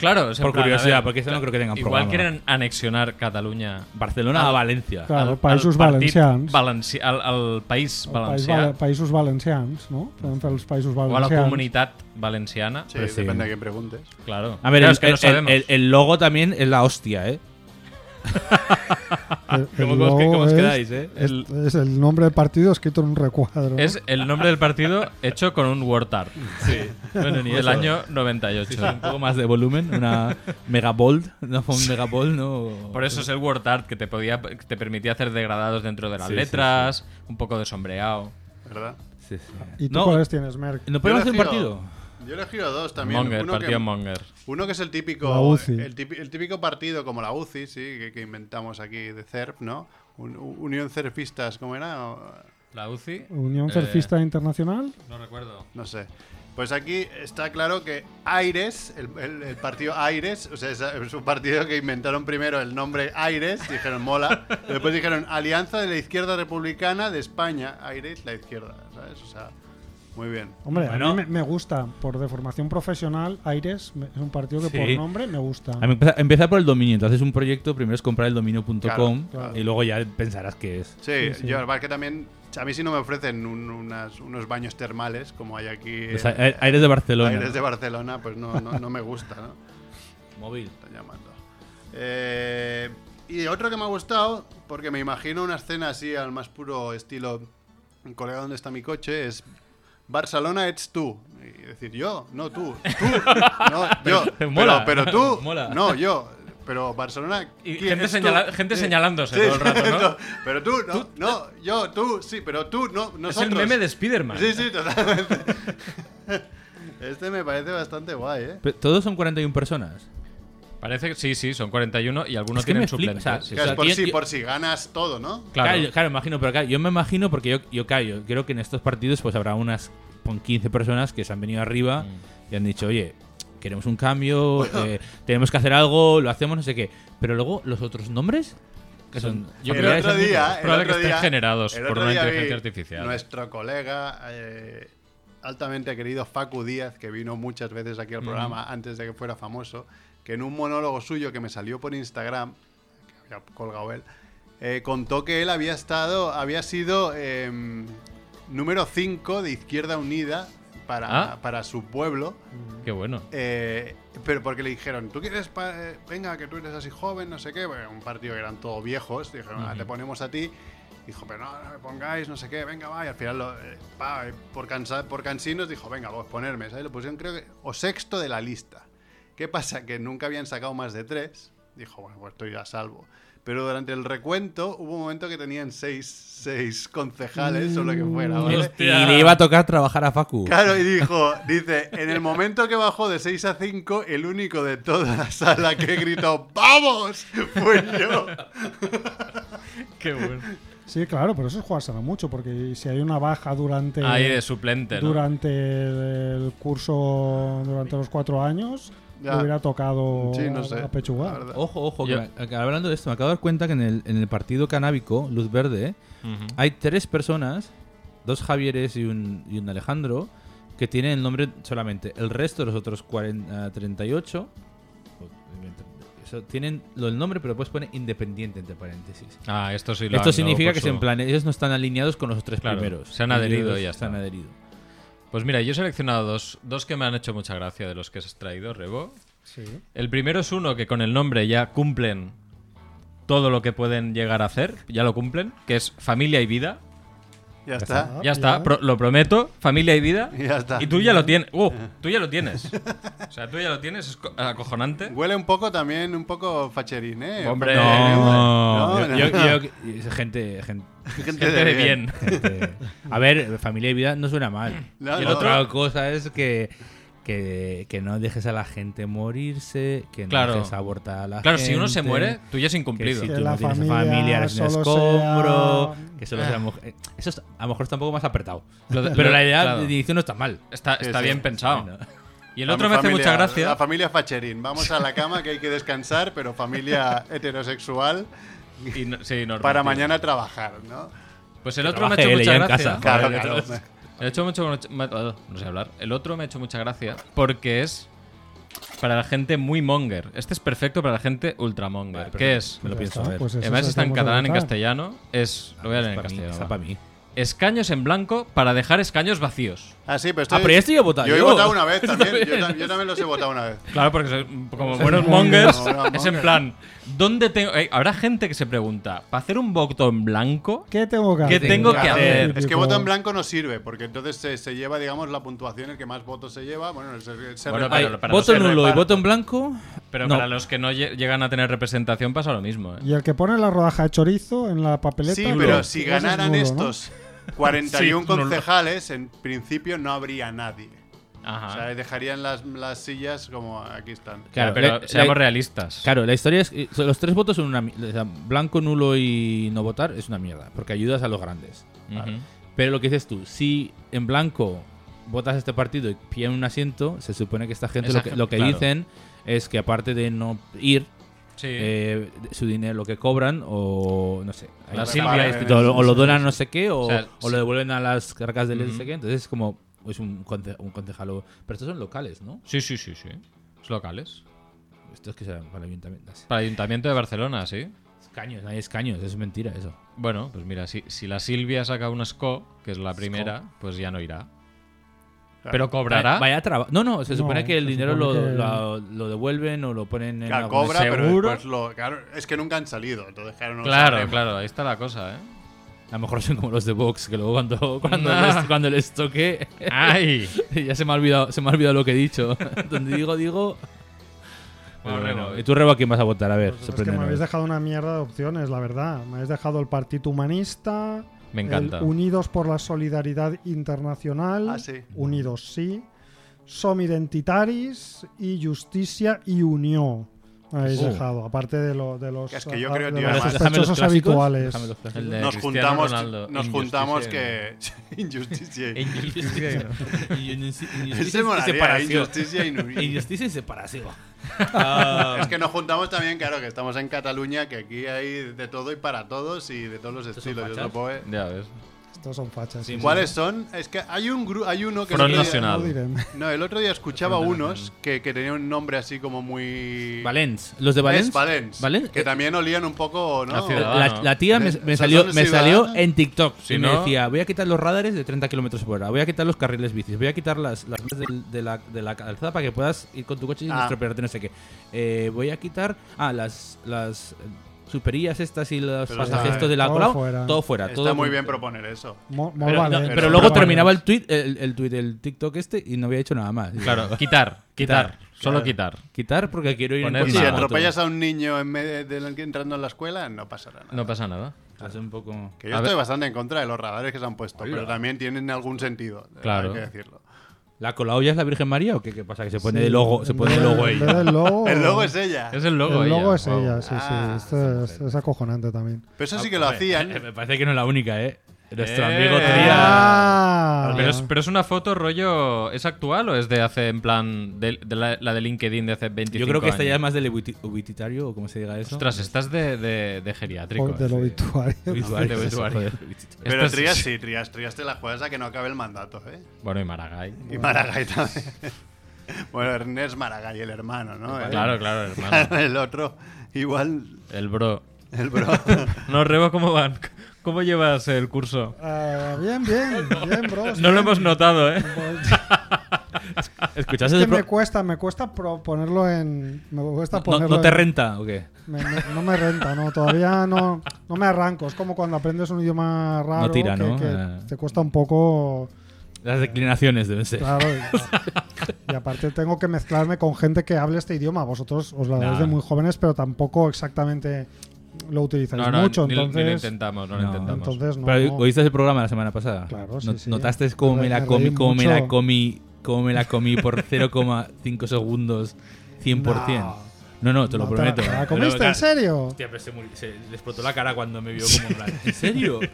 Speaker 3: Claro, o sea,
Speaker 5: Por
Speaker 3: en plan, a
Speaker 5: curiosidad,
Speaker 3: ver,
Speaker 5: porque eso no creo que tengan
Speaker 3: Igual
Speaker 5: programa.
Speaker 3: quieren anexionar Cataluña Ah.
Speaker 5: Barcelona a Valencia.
Speaker 1: Claro.
Speaker 3: al-
Speaker 1: Països
Speaker 3: al partit
Speaker 1: Valencians.
Speaker 3: valenci- al, al país
Speaker 1: El País
Speaker 3: valencià
Speaker 1: Val- Països Valencians, ¿no? Podem fer els Països
Speaker 3: o a la
Speaker 1: Valencians.
Speaker 3: comunidad valenciana.
Speaker 2: Sí,
Speaker 5: Pero sí.
Speaker 2: depende de quién preguntes.
Speaker 3: Claro.
Speaker 5: A ver,
Speaker 3: Claro,
Speaker 5: el,
Speaker 3: es que no
Speaker 5: el-
Speaker 3: sabemos.
Speaker 5: el- el logo también es la hostia, ¿eh?
Speaker 1: Eh, El- el
Speaker 5: ¿Cómo- cómo- cómo os
Speaker 1: logo es-
Speaker 5: quedáis, eh?
Speaker 1: Es, es el nombre del partido escrito en un recuadro. ¿no?
Speaker 3: es el nombre del partido hecho con un word art. Sí.
Speaker 5: Bueno, ni
Speaker 3: Del
Speaker 5: eso.
Speaker 3: año
Speaker 5: Sí,
Speaker 3: 98.
Speaker 5: sí, un poco más de volumen, una megabold, no fue un megabold, no.
Speaker 3: Por eso es el word art que te podía que te permitía hacer degradados dentro de las
Speaker 5: Sí, sí,
Speaker 3: letras, un poco de sombreado.
Speaker 2: ¿Verdad?
Speaker 5: Sí, sí.
Speaker 1: ¿Y tú
Speaker 5: no,
Speaker 1: cuáles tienes, Merck?
Speaker 5: ¿No podemos
Speaker 2: Yo
Speaker 5: hacer un
Speaker 2: elegí
Speaker 5: partido?
Speaker 2: dos. Yo he elegido dos también.
Speaker 3: Monger,
Speaker 2: uno,
Speaker 3: partido
Speaker 2: que,
Speaker 3: Monger.
Speaker 2: uno que es el típico,
Speaker 1: La UCI.
Speaker 2: El, típi- el típico partido como la UCI, sí, que, que inventamos aquí de CERF, ¿no? Un- un- Unión Cerfistas, ¿cómo era? O-
Speaker 3: La UCI.
Speaker 1: Unión
Speaker 3: eh,
Speaker 1: Surfista Internacional.
Speaker 3: No recuerdo.
Speaker 2: No sé. Pues aquí está claro que Aires, el, el- el partido Aires, o sea, es- es un partido que inventaron primero el nombre Aires, dijeron mola, después dijeron Alianza de la Izquierda Republicana de España, Aires, la izquierda, ¿sabes? O sea, muy bien.
Speaker 1: Hombre, a
Speaker 5: Bueno.
Speaker 1: mí me, me gusta. Por deformación profesional, Aires me- es un partido que
Speaker 5: Sí.
Speaker 1: por nombre me gusta.
Speaker 5: A mí empieza, empieza por el dominio. Entonces, un proyecto primero es comprar el dominio.com
Speaker 2: Claro, claro.
Speaker 5: y luego ya pensarás qué es.
Speaker 1: Sí,
Speaker 2: Sí,
Speaker 1: sí.
Speaker 2: yo, además que también, a mí si no me ofrecen un- unas- unos baños termales como hay aquí
Speaker 5: Pues
Speaker 2: en-
Speaker 5: a- a- aires de Barcelona.
Speaker 2: Aires de Barcelona, pues no, no, no me gusta, ¿no?
Speaker 5: Móvil.
Speaker 2: Están llamando. Eh, y otro que me ha gustado, porque me imagino una escena así al más puro estilo colega donde está mi coche, es Barcelona it's tú. Y decir yo, no tú, tú, no yo,
Speaker 5: Pero- mola,
Speaker 2: pero, pero tú,
Speaker 5: mola.
Speaker 2: no yo, pero Barcelona
Speaker 3: Y
Speaker 2: ¿quién
Speaker 3: gente,
Speaker 2: es tú?
Speaker 3: señala- gente
Speaker 2: Sí.
Speaker 3: señalándose
Speaker 2: eh, Sí,
Speaker 3: todo el rato, ¿no?
Speaker 2: no, pero tú, no, no, yo, tú, sí, pero tú, no, nosotros.
Speaker 3: Es el meme de Spiderman.
Speaker 2: Sí, sí, totalmente. Este me parece bastante guay, ¿eh?
Speaker 5: Pero Todos son 41 personas.
Speaker 3: Parece que sí, sí, son 41 y algunos
Speaker 5: Es que
Speaker 3: tienen
Speaker 5: me flipa,
Speaker 3: suplentes.
Speaker 5: o sea,
Speaker 3: Sí,
Speaker 5: que
Speaker 3: sí.
Speaker 2: Claro, es por,
Speaker 5: yo-
Speaker 2: si,
Speaker 5: yo-
Speaker 2: por si ganas todo, ¿no?
Speaker 3: Claro.
Speaker 5: Claro, yo- claro, me imagino, pero claro, yo me imagino porque yo, yo, claro, yo creo que en estos partidos pues habrá unas pon, 15 personas que se han venido arriba y han dicho, oye, queremos un cambio, eh, tenemos que hacer algo, lo hacemos, no sé qué. Pero luego los otros nombres, que son...
Speaker 3: Yo
Speaker 2: el
Speaker 3: creo que
Speaker 2: otro
Speaker 3: son-
Speaker 2: día, el
Speaker 3: probable que
Speaker 2: otro
Speaker 3: estén
Speaker 2: día-
Speaker 3: generados
Speaker 2: el
Speaker 3: por
Speaker 2: otro
Speaker 3: una
Speaker 2: día vi
Speaker 3: inteligencia artificial.
Speaker 2: Nuestro colega, eh, altamente querido Facu Díaz, que vino muchas veces aquí
Speaker 3: Mm.
Speaker 2: al programa antes de que fuera famoso, que en un monólogo suyo que me salió por Instagram, que había colgado él, eh, contó que él había estado, había sido em, número 5 de Izquierda Unida para,
Speaker 3: Ah.
Speaker 2: para su pueblo.
Speaker 3: Qué bueno.
Speaker 2: Eh, pero porque le dijeron, tú quieres, pa- eh, venga, que tú eres así joven, no sé qué. Bueno, un partido que eran todos viejos, dijeron, "Ah, te ponemos a ti. Dijo, pero no, no me pongáis, no sé qué, venga, va. Y al final, lo, eh, pa, eh, por, cansa, por cansinos, dijo, venga, vos ponerme. ¿sabes? Lo pusieron, creo que, o sexto de la lista. ¿Qué pasa? Que nunca habían sacado más de tres. Dijo, bueno, pues estoy a salvo. Pero durante el recuento hubo un momento que tenían seis, seis concejales o lo que fuera. ¿vale?
Speaker 5: Y le iba a tocar trabajar a Facu.
Speaker 2: Claro, y dijo, dice, en el momento que bajó de 6 a 5, el único de toda la sala que gritó ¡Vamos! fue yo.
Speaker 3: Qué bueno.
Speaker 1: Sí, claro, pero eso es jugársela mucho, porque si hay una baja durante,
Speaker 3: Ahí de suplente, ¿no?
Speaker 1: durante el curso, durante los cuatro años,
Speaker 2: Ya.
Speaker 1: le hubiera tocado
Speaker 2: Sí, no
Speaker 1: a-
Speaker 2: sé.
Speaker 1: a
Speaker 2: la
Speaker 1: pechugar.
Speaker 2: verdad.
Speaker 5: Ojo, ojo, que
Speaker 3: Yo-
Speaker 5: me- que hablando de esto, me acabo de dar cuenta que en el, en el partido canábico, Luz Verde,
Speaker 3: Ujú.
Speaker 5: hay tres personas, dos Javieres y un, y un Alejandro, que tienen el nombre solamente. El resto de los otros 40, ah, 38 o- eso, tienen lo del nombre, pero puedes poner independiente entre paréntesis.
Speaker 3: Ah, esto sí lo
Speaker 5: Esto
Speaker 3: han-
Speaker 5: significa
Speaker 3: lo
Speaker 5: que se en
Speaker 3: puso.
Speaker 5: plan, ellos no están alineados con los tres
Speaker 3: Claro,
Speaker 5: primeros.
Speaker 3: se han adherido
Speaker 5: Ellos
Speaker 3: y ya
Speaker 5: se han
Speaker 3: está.
Speaker 5: adherido.
Speaker 3: Pues mira, yo he seleccionado dos, dos que me han hecho mucha gracia de los que has traído, Rebo.
Speaker 1: Sí.
Speaker 3: El primero es uno que con el nombre ya cumplen todo lo que pueden llegar a hacer, ya lo cumplen, que es familia y vida.
Speaker 2: Ya está.
Speaker 1: Ah,
Speaker 3: ya está,
Speaker 1: ya.
Speaker 3: pro- lo prometo, familia y vida.
Speaker 2: Ya está.
Speaker 3: Y tú ya lo tienes. Uh, tú ya lo tienes. O sea, tú ya lo tienes, es co- acojonante.
Speaker 2: Huele un poco también, un poco facherín, ¿eh?
Speaker 3: Hombre,
Speaker 5: No,
Speaker 2: no,
Speaker 5: yo-
Speaker 2: no.
Speaker 5: yo- yo- gente, gente,
Speaker 2: gente,
Speaker 3: Gente de bien.
Speaker 5: gente- Este, A ver, familia y vida no suena mal.
Speaker 2: No,
Speaker 5: y
Speaker 2: no.
Speaker 5: otra cosa es que, que, que no dejes a la gente morirse, que no
Speaker 3: Claro.
Speaker 5: dejes abortar a la
Speaker 3: Claro,
Speaker 5: gente.
Speaker 3: si uno se muere, tú ya has
Speaker 5: Que
Speaker 3: incumplido.
Speaker 5: si
Speaker 1: Que
Speaker 5: tú
Speaker 1: la
Speaker 5: no tienes
Speaker 1: familia
Speaker 5: familia, eres un
Speaker 1: solo
Speaker 5: escombro.
Speaker 1: sea-
Speaker 5: Que
Speaker 3: Ah.
Speaker 5: solo sea mujer. eh, Eso es- a lo mejor está un poco más apretado.
Speaker 3: Lo de-
Speaker 5: Pero
Speaker 3: lo-
Speaker 5: la idea
Speaker 3: claro.
Speaker 5: de dirección no está mal.
Speaker 3: Está, está
Speaker 2: sí.
Speaker 3: bien pensado.
Speaker 5: Bueno.
Speaker 3: Y el otro me hace mucha
Speaker 2: La
Speaker 3: gracia.
Speaker 2: familia facherín. Vamos a la cama que hay que descansar, pero familia heterosexual
Speaker 3: y no- sí, normal,
Speaker 2: para
Speaker 3: tío.
Speaker 2: mañana trabajar, ¿no?
Speaker 3: Pues el
Speaker 5: Que
Speaker 3: otro me ha
Speaker 5: trabaje
Speaker 3: hecho
Speaker 5: él
Speaker 3: mucha
Speaker 5: ya en
Speaker 3: gracia.
Speaker 5: casa.
Speaker 2: Claro,
Speaker 5: Joder,
Speaker 2: claro.
Speaker 5: otro-
Speaker 3: El hecho mucho, mucho- me- ah, no sé hablar. El otro me ha hecho mucha gracia porque es para la gente muy monger. Este es perfecto para la gente ultramonger.
Speaker 5: Vale,
Speaker 3: ¿Qué
Speaker 5: perfecto.
Speaker 3: es?
Speaker 5: Me lo
Speaker 1: Ya
Speaker 5: pienso,
Speaker 1: está,
Speaker 5: a ver.
Speaker 1: pues eso
Speaker 3: Además
Speaker 1: es
Speaker 3: está
Speaker 1: el
Speaker 3: en
Speaker 1: que hemos
Speaker 3: catalán, en
Speaker 1: adoptado.
Speaker 3: castellano. Es. Lo voy a leer en
Speaker 5: Para mí,
Speaker 3: castellano.
Speaker 5: Está
Speaker 3: va.
Speaker 5: para mí.
Speaker 3: Escaños en blanco para dejar escaños vacíos.
Speaker 2: Ah, sí, pero estoy,
Speaker 5: Ah, pero ya estoy yo votado.
Speaker 2: Yo he
Speaker 5: yo.
Speaker 2: votado una vez también. Yo, ta- yo también los he votado una vez.
Speaker 3: Claro, porque soy- como
Speaker 1: Soy
Speaker 3: buenos
Speaker 1: un monger.
Speaker 3: mongers,
Speaker 2: Como buenos
Speaker 3: es en
Speaker 2: mongers.
Speaker 3: plan, ¿dónde tengo...? eh, habrá gente que se pregunta, ¿para hacer un voto en blanco?
Speaker 1: ¿Qué tengo que
Speaker 3: ¿Qué
Speaker 1: hacer?
Speaker 3: tengo que
Speaker 2: Claro,
Speaker 3: hacer?
Speaker 2: Ah, eh, Es que voto en blanco no sirve, porque entonces se, se lleva, digamos, la puntuación, el que más votos se lleva. Bueno, se, se
Speaker 3: Bueno,
Speaker 2: reparte.
Speaker 3: pero para
Speaker 5: voto
Speaker 3: los que
Speaker 5: nulo y
Speaker 3: reparten.
Speaker 5: voto en blanco.
Speaker 3: Pero
Speaker 5: no.
Speaker 3: para los que no lle- llegan a tener representación pasa lo mismo. ¿eh?
Speaker 1: Y el que pone la rodaja de chorizo en la papeleta.
Speaker 2: Sí,
Speaker 1: no,
Speaker 2: pero si
Speaker 1: ese es
Speaker 2: ganaran
Speaker 1: nulo, ¿no?
Speaker 2: estos 41
Speaker 3: Sí, nulo.
Speaker 2: concejales, en principio no habría nadie.
Speaker 3: Ajá.
Speaker 2: O sea, dejarían las, las sillas como aquí están.
Speaker 5: Claro,
Speaker 3: pero
Speaker 5: le-
Speaker 3: seamos
Speaker 5: le-
Speaker 3: realistas.
Speaker 5: Claro, la historia es que los tres votos son una mi- o sea, blanco, nulo y no votar es una mierda, porque ayudas a los grandes.
Speaker 3: Ujú.
Speaker 5: Pero lo que dices tú, si en blanco votas este partido y pillan un asiento, se supone que esta gente
Speaker 3: Esa
Speaker 5: lo que,
Speaker 3: gen-
Speaker 5: lo que
Speaker 3: claro.
Speaker 5: dicen es que aparte de no ir,
Speaker 3: Sí.
Speaker 5: eh, su dinero, lo que cobran, o no sé. hay
Speaker 3: La
Speaker 5: una
Speaker 3: Silvia
Speaker 5: palabra
Speaker 3: es-
Speaker 5: escrita, o, lo- o lo donan no sé qué, o,
Speaker 3: O sea,
Speaker 5: o
Speaker 3: sí.
Speaker 5: lo devuelven a las cargas del
Speaker 3: Ujú.
Speaker 5: no sé qué. Entonces es como es un, conce- un concejalo. Pero estos son locales, ¿no?
Speaker 3: sí, sí, sí, sí. Los locales.
Speaker 5: Estos que serán para ayuntamientos.
Speaker 3: Para el Ayuntamiento de Barcelona, sí.
Speaker 5: Escaños, hay escaños, es mentira eso.
Speaker 3: Bueno, pues mira, si, si la Silvia saca un SCO, que es la primera, pues ya no irá. Pero cobrará.
Speaker 5: Vaya trabajo. No, no, se
Speaker 1: No,
Speaker 5: supone que el
Speaker 1: se
Speaker 5: dinero lo,
Speaker 1: supone que-
Speaker 5: lo- lo devuelven o lo ponen en.
Speaker 2: La
Speaker 5: alguna-
Speaker 2: cobra, pero
Speaker 3: ¿Seguro?
Speaker 2: después lo. claro, es que nunca han salido, entonces claro, no lo
Speaker 3: claro,
Speaker 2: sabremos.
Speaker 3: claro, ahí está la cosa, ¿eh?
Speaker 5: A lo mejor son como los de Vox, que luego cuando, cuando, les, cuando les toque.
Speaker 3: ¡Ay!
Speaker 5: ya se me, ha olvidado, se me ha olvidado lo que he dicho. Donde digo, digo.
Speaker 3: Bueno,
Speaker 5: Pero bueno,
Speaker 3: Rebo,
Speaker 5: ¿Y tú, Rebo, a quién vas a votar? A ver,
Speaker 1: Pues es que me
Speaker 5: sorpréndenos.
Speaker 1: habéis dejado una mierda de opciones, la verdad. Me habéis dejado el Partido Humanista.
Speaker 3: Me encanta.
Speaker 1: el Unidos por la Solidaridad Internacional.
Speaker 2: Ah, sí.
Speaker 1: Unidos sí. Som Identitaris y Justicia y Unión. Me habéis
Speaker 5: Uh.
Speaker 1: dejado. Aparte de, lo- de los,
Speaker 2: Que es que yo
Speaker 1: ah,
Speaker 2: creo,
Speaker 1: de
Speaker 2: tío,
Speaker 1: los
Speaker 2: además-
Speaker 5: Déjame los
Speaker 1: sospechosos
Speaker 5: clásicos,
Speaker 1: habituales.
Speaker 5: déjame los clásicos.
Speaker 3: El de
Speaker 2: Nos
Speaker 3: Cristiano
Speaker 2: juntamos,
Speaker 3: Ronaldo,
Speaker 2: nos
Speaker 3: Injusticia
Speaker 2: juntamos
Speaker 3: y-
Speaker 2: que. Injusticia. y-
Speaker 5: Injusticia. Injusticia y
Speaker 2: Ese molaría, ¿eh?
Speaker 5: separación.
Speaker 2: Injusticia y nu-
Speaker 5: Injusticia y separación.
Speaker 2: Es que nos juntamos también, claro, que estamos en Cataluña, que aquí hay de todo y para todos y de todos los estilos. yo
Speaker 5: fachas?
Speaker 2: supongo, ¿eh?
Speaker 3: Ya ves.
Speaker 1: Estos son fachas. sí, sí.
Speaker 2: ¿Cuáles son? Es que hay un gru- hay uno que. el
Speaker 3: Front
Speaker 2: otro día-
Speaker 3: Nacional.
Speaker 1: No diré.
Speaker 2: No, el otro día escuchaba unos que, que tenían un nombre así como muy.
Speaker 5: Valens. Los de
Speaker 2: Valens.
Speaker 5: Valens.
Speaker 2: Valens.
Speaker 5: Valen-
Speaker 2: Que
Speaker 5: eh,
Speaker 2: también olían un poco, ¿no?
Speaker 3: La ciudad.
Speaker 5: La, la tía me, me
Speaker 2: O sea,
Speaker 5: salió,
Speaker 2: son
Speaker 5: me salió
Speaker 2: ciudadanos.
Speaker 5: en TikTok
Speaker 3: Si
Speaker 5: y me
Speaker 3: no-
Speaker 5: decía, voy a quitar los radares de 30 kilómetros por hora, voy a quitar los carriles bicis, voy a quitar las, las vías del- de, la, de la calzada para que puedas ir con tu coche sin
Speaker 2: Ah.
Speaker 5: estropearte, no sé qué. Eh, voy a quitar ah, las, las eh, superillas estas y los
Speaker 2: Pero
Speaker 5: pasajes
Speaker 2: está-
Speaker 5: estos de la
Speaker 1: todo
Speaker 5: Colau,
Speaker 1: fuera.
Speaker 5: todo fuera.
Speaker 2: Está
Speaker 5: todo
Speaker 2: muy bien proponer eso.
Speaker 1: Mo- mo-
Speaker 5: Pero, no,
Speaker 1: vale, eh,
Speaker 5: pero
Speaker 2: pero
Speaker 5: luego
Speaker 1: vale.
Speaker 5: terminaba el tweet, el, el tweet, el TikTok este y no había hecho nada más.
Speaker 3: Claro, quitar, quitar, solo
Speaker 2: claro.
Speaker 3: quitar.
Speaker 5: Quitar porque quiero ir
Speaker 3: Poner
Speaker 5: en
Speaker 2: Y Pues
Speaker 5: coche
Speaker 2: si
Speaker 3: nada.
Speaker 5: y en moto.
Speaker 2: atropellas a un niño en medio de, de- entrando en la escuela, no pasará nada.
Speaker 3: No pasa nada.
Speaker 5: Hace un poco...
Speaker 2: Que yo
Speaker 3: A
Speaker 2: estoy
Speaker 3: ver.
Speaker 2: bastante en contra de los radares que se han puesto, pero también tienen algún sentido. eh,
Speaker 3: Claro.
Speaker 2: Hay que decirlo.
Speaker 5: ¿La Colau ya es la Virgen María o qué, qué pasa? ¿Que se pone
Speaker 1: Sí,
Speaker 5: de logo, se
Speaker 1: en
Speaker 5: pone de
Speaker 1: vez
Speaker 5: logo
Speaker 1: en
Speaker 5: ella?
Speaker 1: vez del logo-
Speaker 2: El logo es ella.
Speaker 3: Es el logo.
Speaker 1: el logo Oh.
Speaker 3: ella,
Speaker 1: es
Speaker 3: wow.
Speaker 1: ella, sí, sí.
Speaker 2: Ah,
Speaker 1: Esto es, es acojonante también.
Speaker 2: Pero eso sí que lo hacían.
Speaker 5: Eh, Me parece que no es la única, ¿eh? Nuestro
Speaker 3: Eh.
Speaker 5: amigo Tría.
Speaker 1: Ah,
Speaker 3: Pero es, pero es una foto rollo. ¿Es actual o es de hace, en plan, de, de la, la de LinkedIn de hace 25
Speaker 5: Yo creo que esta ya es
Speaker 3: años?
Speaker 5: más del ubiti- ubititario, o como se diga eso.
Speaker 3: Ostras, estás de, de, de geriátrico.
Speaker 1: Joder, del
Speaker 3: eh.
Speaker 1: obituario.
Speaker 5: Obituario,
Speaker 3: de
Speaker 5: eso,
Speaker 3: obituario.
Speaker 5: joder, obituario.
Speaker 2: Pero
Speaker 3: Estás-
Speaker 2: Trias sí, Trias, Trias te la juegas a que no acabe el mandato, ¿eh?
Speaker 3: Bueno, y Maragall.
Speaker 2: Y Maragall también. bueno, Ernest Maragall, el hermano, ¿no? ¿Eh?
Speaker 3: Claro, claro, hermano.
Speaker 2: el otro, igual,
Speaker 3: El bro.
Speaker 2: el bro.
Speaker 3: No, Rebo, ¿cómo van? ¿Cómo llevas el curso?
Speaker 1: Ah, bien, bien, bien, bro.
Speaker 3: No lo hemos notado, ¿eh?
Speaker 5: ¿Escuchas
Speaker 1: Es
Speaker 5: el
Speaker 1: que
Speaker 5: pro-
Speaker 1: me cuesta, me cuesta pro- ponerlo en. Me cuesta
Speaker 5: no,
Speaker 1: ponerlo
Speaker 5: no te
Speaker 1: en-
Speaker 5: renta o qué?
Speaker 1: me- me- no me renta, no. Todavía no, no me arranco. Es como cuando aprendes un idioma raro.
Speaker 5: tira,
Speaker 1: que-
Speaker 5: ¿no?
Speaker 1: que
Speaker 5: Ah.
Speaker 1: te cuesta un poco.
Speaker 5: Las declinaciones deben ser.
Speaker 1: Claro. Y, y aparte tengo que mezclarme con gente que hable este idioma. Vosotros os lo dais
Speaker 5: Nah.
Speaker 1: de muy jóvenes, pero tampoco exactamente lo utilizáis
Speaker 3: No, no,
Speaker 1: mucho.
Speaker 3: ni, lo- ni
Speaker 1: entonces,
Speaker 3: lo intentamos, no, lo
Speaker 5: No.
Speaker 3: intentamos.
Speaker 1: entonces no.
Speaker 5: Pero
Speaker 1: no.
Speaker 5: oíste el programa la semana pasada.
Speaker 1: Claro, sí, sí.
Speaker 5: ¿Notaste cómo me la
Speaker 1: Me
Speaker 5: comí,
Speaker 1: reí
Speaker 5: cómo me la
Speaker 1: mucho.
Speaker 5: comí, cómo me la comí por 0,5 segundos 100%? No, no, te lo
Speaker 1: No, la-
Speaker 5: prometo.
Speaker 1: ¿Te la
Speaker 5: Pero,
Speaker 1: comiste?
Speaker 5: claro,
Speaker 1: ¿En serio?
Speaker 5: Hostia, pero se, murió- se le explotó la cara cuando me vio como en plan, ¿En serio?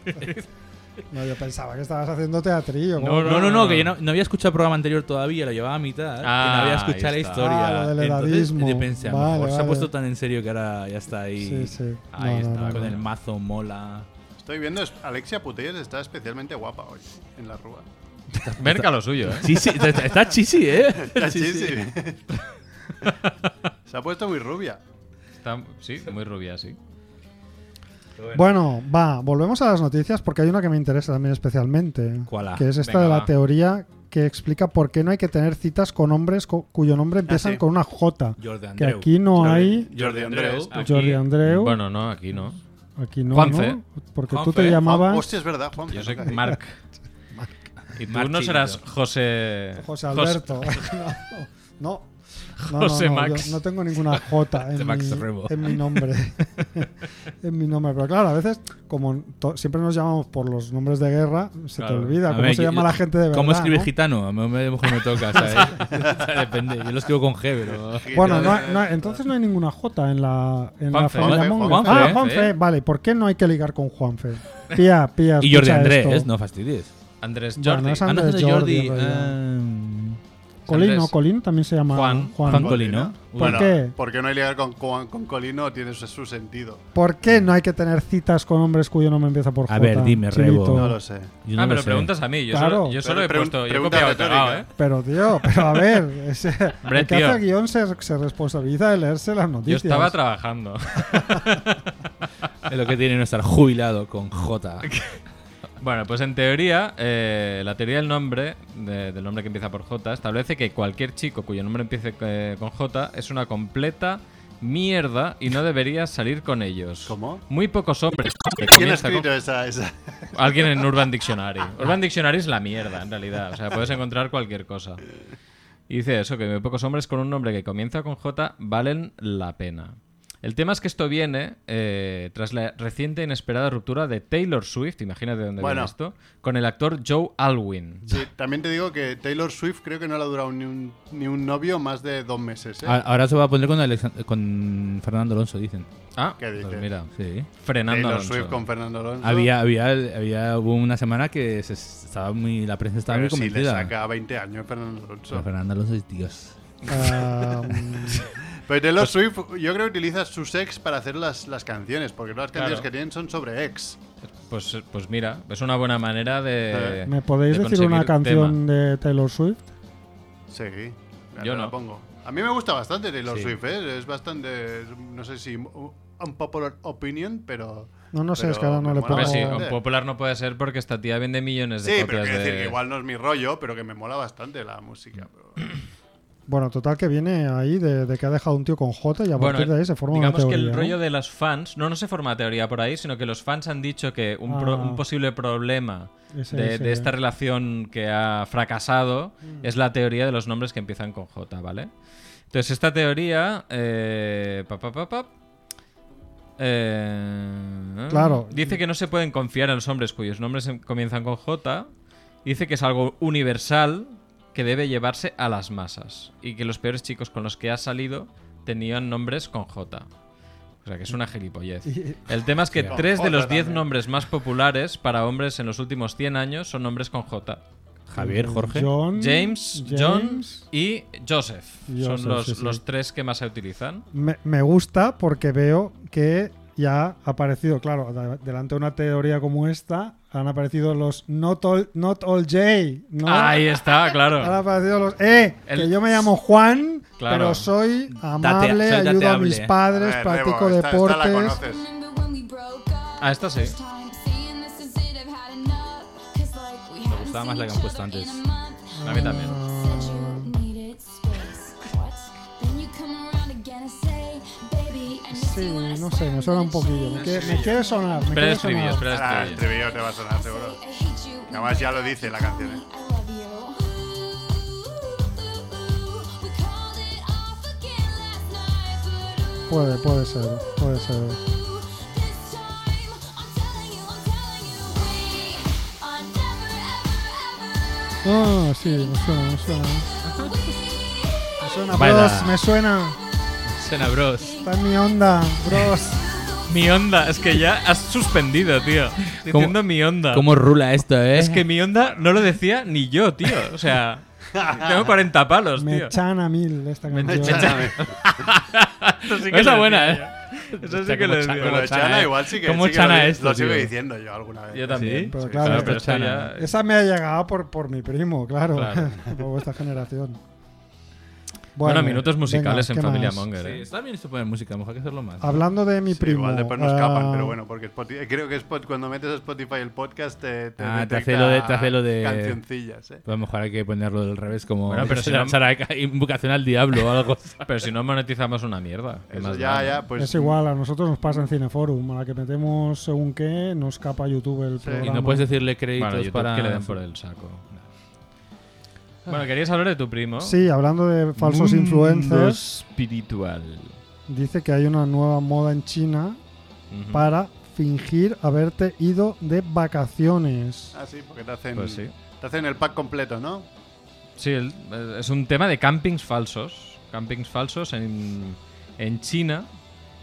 Speaker 1: No, yo pensaba que estabas haciendo teatrillo.
Speaker 3: No,
Speaker 1: como-
Speaker 5: No, no, no, que yo no, no había escuchado el programa anterior todavía, lo llevaba a mitad.
Speaker 3: Ah,
Speaker 5: y no había escuchado la
Speaker 3: ahí está.
Speaker 5: historia.
Speaker 1: Ah, lo del
Speaker 5: Entonces,
Speaker 1: edadismo.
Speaker 5: yo pensé, a lo
Speaker 1: Vale,
Speaker 5: mejor se ha
Speaker 1: vale.
Speaker 5: puesto tan en serio que ahora ya está ahí.
Speaker 1: Sí, sí. No,
Speaker 3: Ahí
Speaker 1: no,
Speaker 3: está,
Speaker 1: no,
Speaker 5: Con
Speaker 1: no.
Speaker 5: el mazo mola.
Speaker 2: Estoy viendo, es- Alexia Putellas está especialmente guapa hoy, en la rúa.
Speaker 3: Merca lo suyo, ¿eh?
Speaker 5: Chichi, está, está chichi, ¿eh?
Speaker 2: Está chisi. Se ha puesto muy rubia.
Speaker 3: Está- sí, muy rubia, sí.
Speaker 1: Bueno, va, volvemos a las noticias porque hay una que me interesa también especialmente.
Speaker 5: ¿Cuál?
Speaker 1: Que es esta
Speaker 3: Venga,
Speaker 1: de la
Speaker 3: va.
Speaker 1: teoría que explica por qué no hay que tener citas con hombres cu- cuyo
Speaker 3: Ah,
Speaker 1: nombre empiezan
Speaker 2: sí.
Speaker 1: con una J.
Speaker 5: Jordi
Speaker 1: Que
Speaker 5: Andreu.
Speaker 1: aquí no hay
Speaker 2: Jordi Andrés.
Speaker 5: Aquí-
Speaker 1: Jordi Andreu.
Speaker 3: Bueno, no, aquí no.
Speaker 1: Aquí no,
Speaker 3: Juanfe.
Speaker 1: ¿no? Porque tú
Speaker 5: Juanfe.
Speaker 1: te
Speaker 2: Juan,
Speaker 1: llamabas
Speaker 2: hostia, es verdad, Juan.
Speaker 3: Yo soy Mark. Y tú
Speaker 5: Marchito.
Speaker 3: no serás José.
Speaker 1: José Alberto. no. No, no,
Speaker 3: José
Speaker 1: no,
Speaker 3: Max.
Speaker 1: yo no tengo ninguna J
Speaker 5: José
Speaker 1: en,
Speaker 5: Max
Speaker 1: mi,
Speaker 5: Rebo.
Speaker 1: en mi nombre. en mi nombre. Pero claro, a veces, como to- siempre nos llamamos por los nombres de guerra, se
Speaker 3: Claro.
Speaker 1: te olvida
Speaker 5: A
Speaker 1: cómo
Speaker 5: ver,
Speaker 1: se
Speaker 5: yo-
Speaker 1: llama la gente de verdad.
Speaker 5: ¿Cómo escribir
Speaker 1: ¿no?
Speaker 5: gitano? A mí- a mí a lo mejor me toca, ¿sabes? O sea, Depende. Yo lo escribo con G, pero.
Speaker 1: Bueno, no, no, entonces no hay ninguna J en la, en la
Speaker 3: Juanfe,
Speaker 1: familia
Speaker 2: Juanfe,
Speaker 1: Monge.
Speaker 5: Juanfe,
Speaker 1: ah,
Speaker 5: Juanfe.
Speaker 1: Juanfe, vale. ¿Por qué no hay que ligar con Juanfe? Pía, pía.
Speaker 5: Y Jordi
Speaker 1: escucha
Speaker 5: Andrés,
Speaker 1: esto.
Speaker 5: no fastidies.
Speaker 3: Andrés
Speaker 1: Bueno,
Speaker 3: Jordi.
Speaker 1: esa-
Speaker 5: Ah, no,
Speaker 1: Andrés
Speaker 5: es de Jordi.
Speaker 1: Jordi, en realidad.
Speaker 5: ah,
Speaker 1: Colín, ¿no?
Speaker 3: Andrés.
Speaker 1: Colín también se llama
Speaker 3: Juan.
Speaker 5: Juan Colino.
Speaker 1: ¿Por qué?
Speaker 2: Porque no hay ligar con, con, con Colino, tiene su, su sentido.
Speaker 1: ¿Por qué no hay que tener citas con hombres cuyo nombre empieza por J?
Speaker 5: A ver, dime, Rebo.
Speaker 1: Chivito?
Speaker 2: No lo sé.
Speaker 5: Yo no
Speaker 3: Ah,
Speaker 5: lo
Speaker 3: pero
Speaker 5: sé.
Speaker 3: preguntas a mí. Yo
Speaker 1: Claro.
Speaker 3: solo, yo solo he
Speaker 2: Pero pregun-
Speaker 3: puesto. Yo he
Speaker 2: pregunta
Speaker 3: copiado y pegado,
Speaker 2: retórica.
Speaker 3: ¿eh?
Speaker 1: Pero tío, pero a ver, ese-
Speaker 3: Hombre,
Speaker 1: el que
Speaker 3: tío.
Speaker 1: hace guión se, se responsabiliza de leerse las noticias.
Speaker 3: Yo estaba trabajando.
Speaker 5: Es lo que tiene no estar jubilado con J.
Speaker 3: Bueno, pues en teoría, eh, la teoría del nombre, de- del nombre que empieza por J, establece que cualquier chico cuyo nombre empiece eh, con J es una completa mierda y no deberías salir con ellos.
Speaker 2: ¿Cómo?
Speaker 3: Muy pocos hombres. que
Speaker 2: ¿Quién ha
Speaker 3: comienzan con-
Speaker 2: escrito esa, esa?
Speaker 3: Alguien en Urban Dictionary. Urban Dictionary es la mierda, en realidad. O sea, puedes encontrar cualquier cosa. Y dice eso, que muy pocos hombres con un nombre que comienza con J valen la pena. El tema es que esto viene eh, tras la reciente e inesperada ruptura de Taylor Swift, imagínate dónde
Speaker 2: Bueno.
Speaker 3: viene esto, con el actor Joe Alwyn.
Speaker 2: Sí, también te digo que Taylor Swift creo que no le ha durado ni un, ni un novio más de dos meses. ¿eh?
Speaker 5: A- Ahora se va a poner con, Alexan- con Fernando Alonso, dicen.
Speaker 3: Ah,
Speaker 2: ¿Qué
Speaker 3: pues
Speaker 2: dices?
Speaker 3: mira,
Speaker 5: Sí.
Speaker 3: frenando
Speaker 2: Taylor
Speaker 3: a
Speaker 2: Swift con Fernando Alonso.
Speaker 5: Había, había, había hubo una semana que se estaba muy, la prensa estaba muy
Speaker 2: Pero si le
Speaker 5: convencida.
Speaker 2: saca 20 años Fernando Alonso.
Speaker 5: Pero Fernando Alonso es Dios.
Speaker 1: Ah,
Speaker 2: Pero Taylor
Speaker 5: Pues
Speaker 2: Swift, yo creo que utiliza sus ex para hacer las, las canciones, porque todas las canciones que tienen son sobre ex.
Speaker 3: Pues, pues mira, es una buena manera de...
Speaker 2: Eh.
Speaker 1: ¿Me podéis
Speaker 3: de
Speaker 1: decir una
Speaker 3: conseguir tema.
Speaker 1: canción de Taylor Swift?
Speaker 2: Sí,
Speaker 3: Yo
Speaker 2: la
Speaker 3: no.
Speaker 2: pongo. A mí me gusta bastante Taylor
Speaker 5: Sí.
Speaker 2: Swift, ¿eh? es bastante, es un- no sé si un unpopular opinion, pero...
Speaker 1: No, no sé,
Speaker 2: Pero
Speaker 1: es que ahora no
Speaker 2: me
Speaker 1: le
Speaker 2: mola
Speaker 1: pongo.
Speaker 3: Hombre,
Speaker 2: Vamos.
Speaker 3: sí,
Speaker 2: bastante.
Speaker 3: un popular no puede ser porque esta tía vende millones de
Speaker 2: Sí, pero
Speaker 3: copias
Speaker 2: quiero decir
Speaker 3: de-
Speaker 2: que igual no es mi rollo, pero que me mola bastante la música. pero-
Speaker 1: Bueno, total que viene ahí de, de que ha dejado un tío con J y a
Speaker 3: Bueno,
Speaker 1: partir de ahí se forma
Speaker 3: digamos
Speaker 1: una
Speaker 3: que
Speaker 1: teoría.
Speaker 3: el
Speaker 1: ¿no?
Speaker 3: rollo de los fans, no, no se forma teoría por ahí, sino que los fans han dicho que un, pro-
Speaker 1: Ah.
Speaker 3: un posible problema
Speaker 1: Ese-
Speaker 3: de,
Speaker 1: ese-
Speaker 3: de esta relación que ha fracasado es la teoría de los nombres que empiezan con J, ¿vale? Entonces, esta teoría. eh, pa, pa, pa, pa, eh,
Speaker 1: Claro.
Speaker 3: Dice que no se pueden confiar en los hombres cuyos nombres em- comienzan con J. Dice que es algo universal que debe llevarse a las masas. Y que los peores chicos con los que ha salido tenían nombres con J. O sea, que es una gilipollez. El tema es que
Speaker 5: Con
Speaker 3: tres de
Speaker 2: J
Speaker 3: los diez
Speaker 2: también.
Speaker 3: nombres más populares para hombres en los últimos 100 años son nombres con J.
Speaker 1: Mm,
Speaker 5: Javier, Jorge.
Speaker 1: John,
Speaker 3: James, John
Speaker 1: James.
Speaker 3: y Joseph.
Speaker 1: Joseph,
Speaker 3: son los,
Speaker 1: sí, sí.
Speaker 3: los tres que más se utilizan.
Speaker 1: Me, me gusta porque veo que ya ha aparecido, claro, de- delante de una teoría como esta, han aparecido los Not All, not all J. ¿no?
Speaker 3: Ahí está,
Speaker 1: Han
Speaker 3: claro.
Speaker 1: aparecido los. ¡Eh! Que
Speaker 3: El-
Speaker 1: yo me llamo Juan,
Speaker 3: Claro.
Speaker 1: pero soy amable,
Speaker 5: soy
Speaker 1: ayudo a
Speaker 5: dateable.
Speaker 1: mis padres,
Speaker 2: A ver,
Speaker 1: practico
Speaker 2: Rebo, esta- esta la
Speaker 1: deportes.
Speaker 2: conoces.
Speaker 3: Ah, esta sí.
Speaker 5: Me gustaba más la que han puesto antes.
Speaker 3: A mí también.
Speaker 1: Sí, no sé, me suena un poquillo. Me quiere, me quiere sonar. Me
Speaker 3: Espera el
Speaker 1: quiere
Speaker 3: estribillo,
Speaker 1: sonar.
Speaker 3: espera el
Speaker 2: Ah, el
Speaker 3: estribillo.
Speaker 2: estribillo te va a sonar seguro. Además ya lo dice la canción, ¿eh?
Speaker 1: Puede, puede ser, puede ser. Ah, sí, me suena, me suena. Me suena,
Speaker 5: Baila.
Speaker 1: bros, me suena.
Speaker 3: Sena Bros.
Speaker 1: Está en mi onda, bros.
Speaker 3: Mi onda, es que ya has suspendido, tío. Diciendo mi onda.
Speaker 5: ¿Cómo rula esto, eh?
Speaker 3: Es que mi onda no lo decía ni yo, tío. O sea, tengo 40 palos,
Speaker 1: Me
Speaker 3: tío.
Speaker 1: chana mil esta canción.
Speaker 3: Eso sí que
Speaker 5: Esa
Speaker 3: lo
Speaker 5: buena,
Speaker 3: decía
Speaker 5: eh.
Speaker 3: yo. Eso sí
Speaker 5: Hostia,
Speaker 3: que lo
Speaker 5: cómo cha-
Speaker 3: decía.
Speaker 5: cómo
Speaker 2: Pero
Speaker 5: Chana,
Speaker 2: Chana
Speaker 5: ¿eh?
Speaker 2: igual sí que,
Speaker 5: ¿Cómo
Speaker 2: sí que
Speaker 5: Chana
Speaker 2: lo,
Speaker 5: esto,
Speaker 2: lo sigo
Speaker 5: tío?
Speaker 2: diciendo yo alguna vez.
Speaker 3: Yo también.
Speaker 5: Sí,
Speaker 1: pero
Speaker 3: Sí,
Speaker 1: claro,
Speaker 3: pero
Speaker 5: esta-
Speaker 3: esto ya-
Speaker 1: Esa me ha llegado por, por mi primo, claro.
Speaker 3: Claro.
Speaker 1: por vuestra generación.
Speaker 3: Bueno, minutos
Speaker 1: venga,
Speaker 3: musicales
Speaker 1: ¿qué
Speaker 3: en Familia
Speaker 1: más?
Speaker 3: Monger.
Speaker 5: Sí,
Speaker 3: eh.
Speaker 5: está bien esto poner música, mejor que hacerlo más.
Speaker 1: Hablando de mi
Speaker 2: Sí,
Speaker 1: primo.
Speaker 2: igual después nos
Speaker 1: ah,
Speaker 2: escapan, pero bueno, porque Spotify- eh, creo que Spot- cuando metes a Spotify el podcast te, te,
Speaker 5: Ah, te
Speaker 2: detecta
Speaker 5: hace lo de- te hace lo de-
Speaker 2: cancioncillas, ¿eh?
Speaker 5: A lo mejor hay que ponerlo del revés, como
Speaker 3: Bueno, pero si no-
Speaker 5: será invocación al diablo o algo.
Speaker 3: Pero si no monetizamos una mierda. ¿qué
Speaker 2: Eso
Speaker 3: más
Speaker 2: ya,
Speaker 3: da, no?
Speaker 2: ya, pues
Speaker 1: es igual, a nosotros nos pasa en Cineforum. A la que metemos según qué, nos escapa YouTube el
Speaker 2: Y no
Speaker 1: programa.
Speaker 5: Y no puedes decirle créditos
Speaker 3: Bueno, YouTube
Speaker 5: para.
Speaker 3: que le den por el saco. Bueno, querías hablar de tu primo.
Speaker 1: Ah. Sí, hablando de falsos
Speaker 3: Mundo
Speaker 1: influencers,
Speaker 3: espiritual.
Speaker 1: dice que hay una nueva moda en China
Speaker 3: Ujú.
Speaker 1: para fingir haberte ido de vacaciones.
Speaker 2: Ah, sí, porque te hacen,
Speaker 3: Pues sí.
Speaker 2: te hacen el pack completo, ¿no?
Speaker 3: Sí, el- eh, es un tema de campings falsos. Campings falsos en, en China.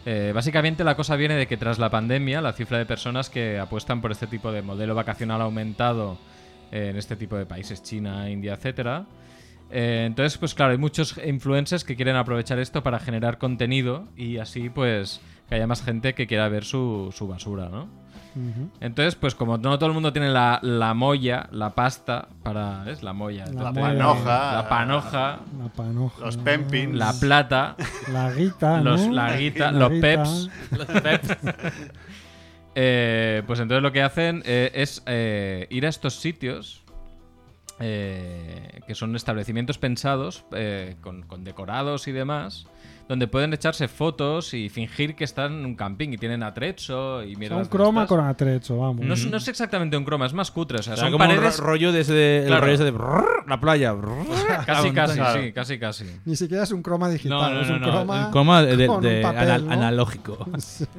Speaker 3: Eh, básicamente la cosa viene de que tras la pandemia la cifra de personas que apuestan por este tipo de modelo vacacional ha aumentado eh, en este tipo de países, China, India, etcétera. Eh, entonces, pues claro, hay muchos influencers que quieren aprovechar esto para generar contenido y así pues que haya más gente que quiera ver su, su basura, ¿no?
Speaker 1: Ujú.
Speaker 3: Entonces, pues como no todo el mundo tiene la, la molla, la pasta para... ¿Es la molla? Entonces,
Speaker 2: panoja.
Speaker 3: La panoja,
Speaker 1: La panoja.
Speaker 2: Los pempins.
Speaker 3: la plata,
Speaker 1: La guita, ¿no?
Speaker 3: los, la guita, los peps. Eh, pues entonces lo que hacen eh, es eh, ir a estos sitios eh, que son establecimientos pensados eh, con, con decorados y demás, donde pueden echarse fotos y fingir que están en un camping y tienen atrecho y
Speaker 1: O sea,
Speaker 3: mierda.
Speaker 1: un croma con atrecho, vamos.
Speaker 3: No, es- no es exactamente un croma, es más cutre. O sea,
Speaker 5: O sea,
Speaker 3: son
Speaker 5: como un
Speaker 3: paredes.
Speaker 5: ro- rollo de ese de, el
Speaker 3: Claro.
Speaker 5: rollo ese de brrr, la playa. brrr, la
Speaker 3: Casi,
Speaker 5: montaña.
Speaker 3: casi,
Speaker 2: Claro.
Speaker 3: sí, casi, casi.
Speaker 1: Ni siquiera es un croma digital,
Speaker 3: No, no,
Speaker 1: es un
Speaker 3: no, no,
Speaker 1: croma,
Speaker 5: Un coma de, de-
Speaker 1: con
Speaker 5: de
Speaker 1: un papel,
Speaker 5: anal-
Speaker 1: ¿no?
Speaker 5: analógico.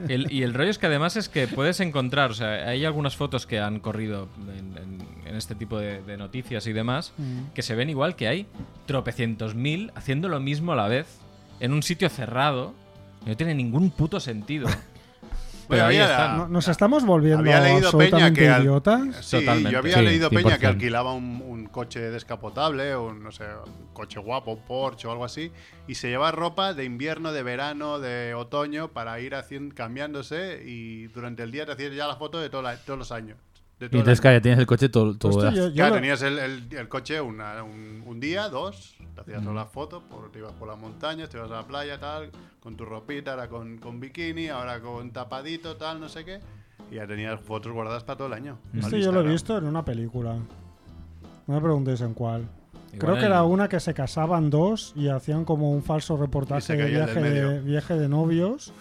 Speaker 3: El- y el rollo es que además es que puedes encontrar, o sea, hay algunas fotos que han corrido en, en- en este tipo de, de noticias y demás,
Speaker 1: Mm.
Speaker 3: que se ven igual que hay tropecientos mil haciendo lo mismo a la vez, en un sitio cerrado, que no tiene ningún puto sentido. Pero
Speaker 2: Bueno,
Speaker 3: ahí
Speaker 2: había-
Speaker 3: están.
Speaker 1: No- Nos estamos volviendo
Speaker 2: Había leído Peña
Speaker 1: absolutamente
Speaker 2: que al-
Speaker 1: idiotas.
Speaker 2: Sí,
Speaker 3: Totalmente.
Speaker 2: yo había
Speaker 5: Sí,
Speaker 2: leído Peña que
Speaker 5: 100%.
Speaker 2: alquilaba un, un coche descapotable, un, no sé, un coche guapo, un Porsche o algo así, y se lleva ropa de invierno, de verano, de otoño para ir haciendo, cambiándose y durante el día te hacías ya la foto de toda la- todos los años. De
Speaker 5: Y
Speaker 2: todo el
Speaker 5: entonces,
Speaker 2: año.
Speaker 5: claro, ya tienes el coche todo. todo
Speaker 1: Pues Esto yo- yo
Speaker 2: Ya
Speaker 1: lo-
Speaker 2: tenías el, el- el coche una- un, un día, dos, te hacías todas las fotos, por- te ibas por las montañas, te ibas a la playa, tal, con tu ropita, ahora con, con bikini, ahora con tapadito, tal, no sé qué. Y ya tenías fotos guardadas para todo el año.
Speaker 1: Esto
Speaker 2: Al
Speaker 1: yo lo he
Speaker 2: Instagram.
Speaker 1: visto en una película. No me preguntéis en cuál. Creo
Speaker 3: Igual
Speaker 1: que era
Speaker 3: en-
Speaker 1: una que se casaban dos y hacían como un falso reportaje
Speaker 2: Y se
Speaker 1: de
Speaker 2: caía el
Speaker 1: viaje,
Speaker 2: del medio.
Speaker 1: de viaje de novios.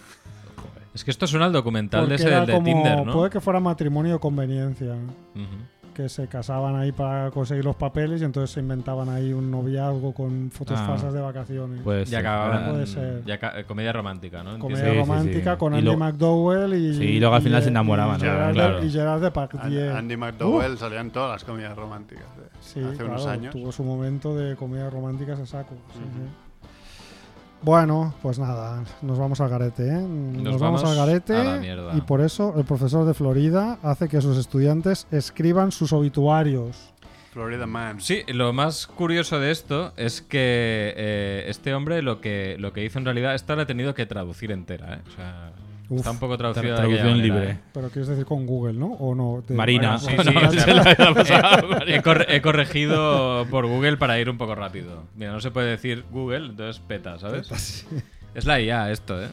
Speaker 3: Es que esto suena al documental de
Speaker 1: porque
Speaker 3: ese
Speaker 1: era
Speaker 3: del de
Speaker 1: como-
Speaker 3: Tinder, ¿no?
Speaker 1: Puede que fuera matrimonio de conveniencia.
Speaker 3: Ujú.
Speaker 1: Que se casaban ahí para conseguir los papeles y entonces se inventaban ahí un noviazgo con fotos
Speaker 5: Ah.
Speaker 1: falsas de vacaciones.
Speaker 5: Pues,
Speaker 3: Y acababan-
Speaker 1: Puede ser.
Speaker 3: y aca- eh, comedia romántica, ¿no? Entiendo.
Speaker 1: Comedia
Speaker 5: Sí, sí,
Speaker 1: romántica
Speaker 5: sí.
Speaker 1: con
Speaker 5: Y
Speaker 1: Andy
Speaker 5: luego-
Speaker 1: McDowell y.
Speaker 5: Sí, y luego al
Speaker 1: y-
Speaker 5: final se
Speaker 1: y-
Speaker 5: enamoraban,
Speaker 1: Y
Speaker 2: ¿no?
Speaker 1: Gerard,
Speaker 5: Claro.
Speaker 1: y Gerard
Speaker 2: An-
Speaker 1: Depardieu.
Speaker 2: Andy McDowell salían todas las comedias románticas de-
Speaker 1: Sí,
Speaker 2: hace
Speaker 1: claro,
Speaker 2: unos años.
Speaker 1: tuvo su momento de comedias románticas a saco. sí, sí. Bueno, pues nada, nos vamos al garete, ¿eh? Nos, vamos,
Speaker 3: vamos
Speaker 1: al garete
Speaker 3: a la mierda.
Speaker 1: y por eso el profesor de Florida hace que sus estudiantes escriban sus obituarios.
Speaker 2: Florida Man.
Speaker 3: Sí, lo más curioso de esto es que eh, este hombre lo que, lo que hizo en realidad, esta la he tenido que traducir entera, ¿eh? O sea,
Speaker 1: Uf,
Speaker 3: está un poco traducida. de
Speaker 5: Traducción
Speaker 3: aquella manera,
Speaker 5: libre.
Speaker 3: ¿eh?
Speaker 1: Pero quieres decir con Google, ¿no? O no. de-
Speaker 5: Marina.
Speaker 3: sí,
Speaker 5: Ah, No,
Speaker 3: sí,
Speaker 5: no,
Speaker 3: sí.
Speaker 5: se la- la pasaba.
Speaker 3: He, cor- he corregido por Google para ir un poco rápido. Mira, no se puede decir Google, entonces peta, ¿sabes? Es la IA esto, ¿eh?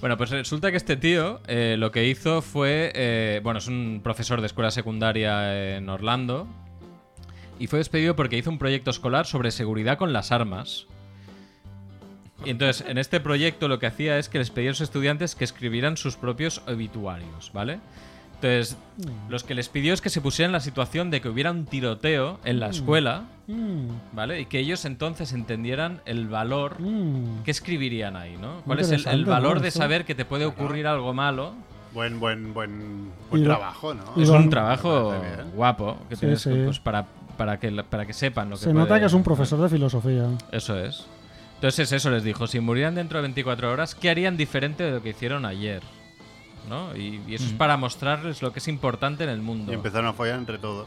Speaker 3: Bueno, pues resulta que este tío eh, lo que hizo fue, eh, bueno, es un profesor de escuela secundaria en Orlando y fue despedido porque hizo un proyecto escolar sobre seguridad con las armas. Y entonces, en este proyecto lo que hacía es que les pedía a los estudiantes que escribieran sus propios obituarios, ¿vale? Entonces, los que les pidió es que se pusieran en la situación de que hubiera un tiroteo en la escuela,
Speaker 1: Mm,
Speaker 3: ¿vale? Y que ellos entonces entendieran el valor
Speaker 1: mm.
Speaker 3: ¿Qué escribirían ahí, no? ¿Cuál es el- el,
Speaker 1: interesante,
Speaker 3: valor
Speaker 1: ¿no?
Speaker 3: de
Speaker 1: Eso.
Speaker 3: saber que te puede ocurrir algo malo?
Speaker 2: Buen, buen, buen,
Speaker 1: Y
Speaker 2: buen
Speaker 1: lo-
Speaker 2: trabajo, ¿no?
Speaker 1: y
Speaker 3: Es
Speaker 1: lo-
Speaker 3: un trabajo
Speaker 2: Me parece bien.
Speaker 3: guapo que
Speaker 1: Sí,
Speaker 3: tienes
Speaker 1: sí.
Speaker 3: pues, para, para, que, la- para que sepan lo que
Speaker 1: Se nota
Speaker 3: puede-
Speaker 1: que es un profesor de filosofía.
Speaker 3: Eso es. Entonces eso les dijo, si murieran dentro de 24 horas, ¿qué harían diferente de lo que hicieron ayer? ¿No? Y, y eso
Speaker 1: Mm.
Speaker 3: es para mostrarles lo que es importante en el mundo.
Speaker 2: Y empezaron a follar entre todos.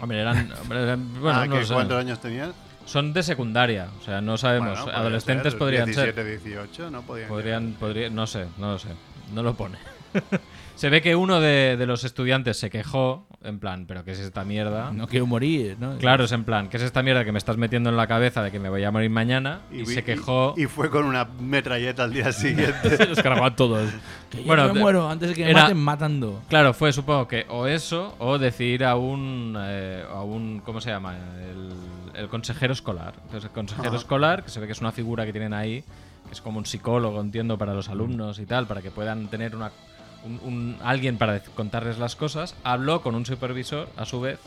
Speaker 3: Hombre, eran... hombre, eran- bueno,
Speaker 2: Ah,
Speaker 3: no
Speaker 2: ¿qué-
Speaker 3: lo sé.
Speaker 2: ¿Cuántos años tenían?
Speaker 3: Son de secundaria, o sea, no sabemos.
Speaker 2: Bueno, podía
Speaker 3: Adolescentes
Speaker 2: ser,
Speaker 3: podrían ser.
Speaker 2: 17, 18, ¿no? Podían,
Speaker 3: Podrían, podría- no sé, no lo sé. No lo pone. se ve que uno de, de los estudiantes se quejó, en plan, pero ¿qué es esta mierda?
Speaker 5: No quiero morir, ¿no?
Speaker 3: Claro, es en plan, ¿qué es esta mierda que me estás metiendo en la cabeza de que me voy a morir mañana? Y,
Speaker 2: vi-
Speaker 3: se quejó.
Speaker 2: Y, fue con una metralleta al día siguiente.
Speaker 5: Se los cargó a todos. Que yo
Speaker 3: Bueno,
Speaker 5: me
Speaker 3: te-
Speaker 5: muero antes de que me
Speaker 3: era-
Speaker 5: maten matando.
Speaker 3: Claro, fue supongo que o eso o decidir a un, eh, a un ¿cómo se llama? El, el consejero escolar. Entonces el consejero escolar, que se ve que es una figura que tienen ahí, que es como un psicólogo, entiendo, para los alumnos y tal, para que puedan tener una, un- un- alguien para dec- contarles las cosas, habló con un supervisor, a su vez,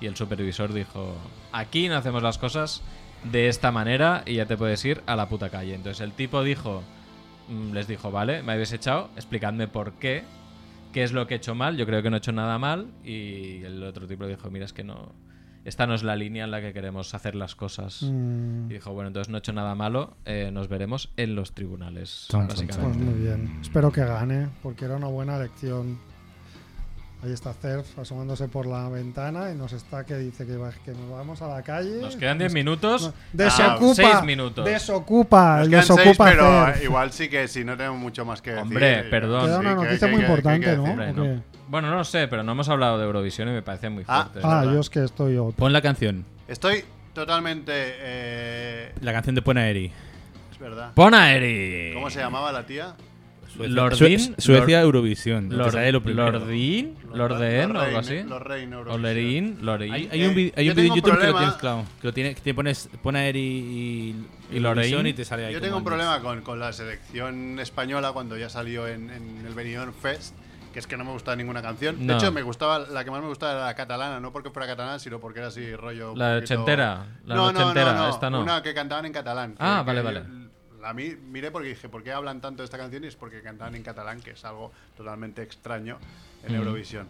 Speaker 3: y el supervisor dijo, aquí no hacemos las cosas de esta manera y ya te puedes ir a la puta calle. Entonces el tipo dijo, mm, les dijo, vale, me habéis echado, explicadme por qué, qué es lo que he hecho mal, yo creo que no he hecho nada mal y el otro tipo dijo, mira, es que no, esta no es la línea en la que queremos hacer las cosas.
Speaker 1: Mm,
Speaker 3: Y dijo, bueno, entonces no he hecho nada malo, eh, nos veremos en los tribunales,
Speaker 5: Chon, chon,
Speaker 1: pues
Speaker 3: básicamente.
Speaker 1: muy bien. Espero que gane, porque era una buena elección. Ahí está Cerf asomándose por la ventana y nos está que dice que, va- que nos vamos a la calle.
Speaker 3: Nos quedan 10 minutos. Ah,
Speaker 1: Desocupa.
Speaker 3: seis minutos.
Speaker 1: Desocupa.
Speaker 2: Nos quedan seis,
Speaker 1: desocupa
Speaker 2: pero
Speaker 1: Cerf.
Speaker 2: eh, igual sí que si no tenemos mucho más que decir.
Speaker 3: Hombre, perdón.
Speaker 1: Queda una
Speaker 2: que-
Speaker 1: noticia
Speaker 2: que-
Speaker 1: muy
Speaker 2: que- que-
Speaker 1: importante,
Speaker 2: que- que
Speaker 1: ¿no?
Speaker 2: decir.
Speaker 3: Hombre,
Speaker 1: ¿O qué?
Speaker 3: no. Bueno, no lo sé, pero no hemos hablado de Eurovisión y me parece muy
Speaker 2: Ah,
Speaker 3: fuerte.
Speaker 1: Ah,
Speaker 2: verdad.
Speaker 1: yo es que estoy out.
Speaker 5: Pon la canción.
Speaker 2: Estoy totalmente. eh,
Speaker 5: La canción de Ponaeri.
Speaker 2: es verdad.
Speaker 3: Pon a Eri.
Speaker 2: ¿Cómo se llamaba la tía?
Speaker 3: Lordín.
Speaker 5: Sue- Suecia Eurovisión.
Speaker 3: Lord-
Speaker 5: Te sale lo primero.
Speaker 3: Lordín, Lordeen o algo así.
Speaker 2: Lorraine, Eurovisión.
Speaker 3: Olerín, Loreín.
Speaker 5: Hay, hay un,
Speaker 2: Eh,
Speaker 5: vi- hay
Speaker 2: yo
Speaker 5: un vídeo
Speaker 2: tengo
Speaker 5: en
Speaker 2: un
Speaker 5: YouTube que lo
Speaker 2: problema-
Speaker 5: tienes claro. Que, lo tiene, que te pones Ponaeri y,
Speaker 3: Y Lorraine.
Speaker 5: Eurovisión y te sale ahí
Speaker 2: Yo
Speaker 5: como
Speaker 2: tengo un
Speaker 5: antes.
Speaker 2: problema con, con la selección española cuando ya salió en, en el Benidorm Fest, que es que no me gustaba ninguna canción.
Speaker 3: No.
Speaker 2: De hecho, me gustaba la que más me gustaba era la catalana, no porque fuera catalana, sino porque era así rollo. un
Speaker 3: La
Speaker 2: poquito-
Speaker 3: ochentera, la
Speaker 2: no, no,
Speaker 3: ochentera,
Speaker 2: no, no,
Speaker 3: esta no.
Speaker 2: Una que cantaban en catalán. que-
Speaker 3: Ah,
Speaker 2: que
Speaker 3: vale,
Speaker 2: yo
Speaker 3: vale.
Speaker 2: La mi- miré porque dije, ¿por qué hablan tanto de esta canción? Y es porque cantaban en catalán, que es algo totalmente extraño en
Speaker 3: Mm.
Speaker 2: Eurovisión.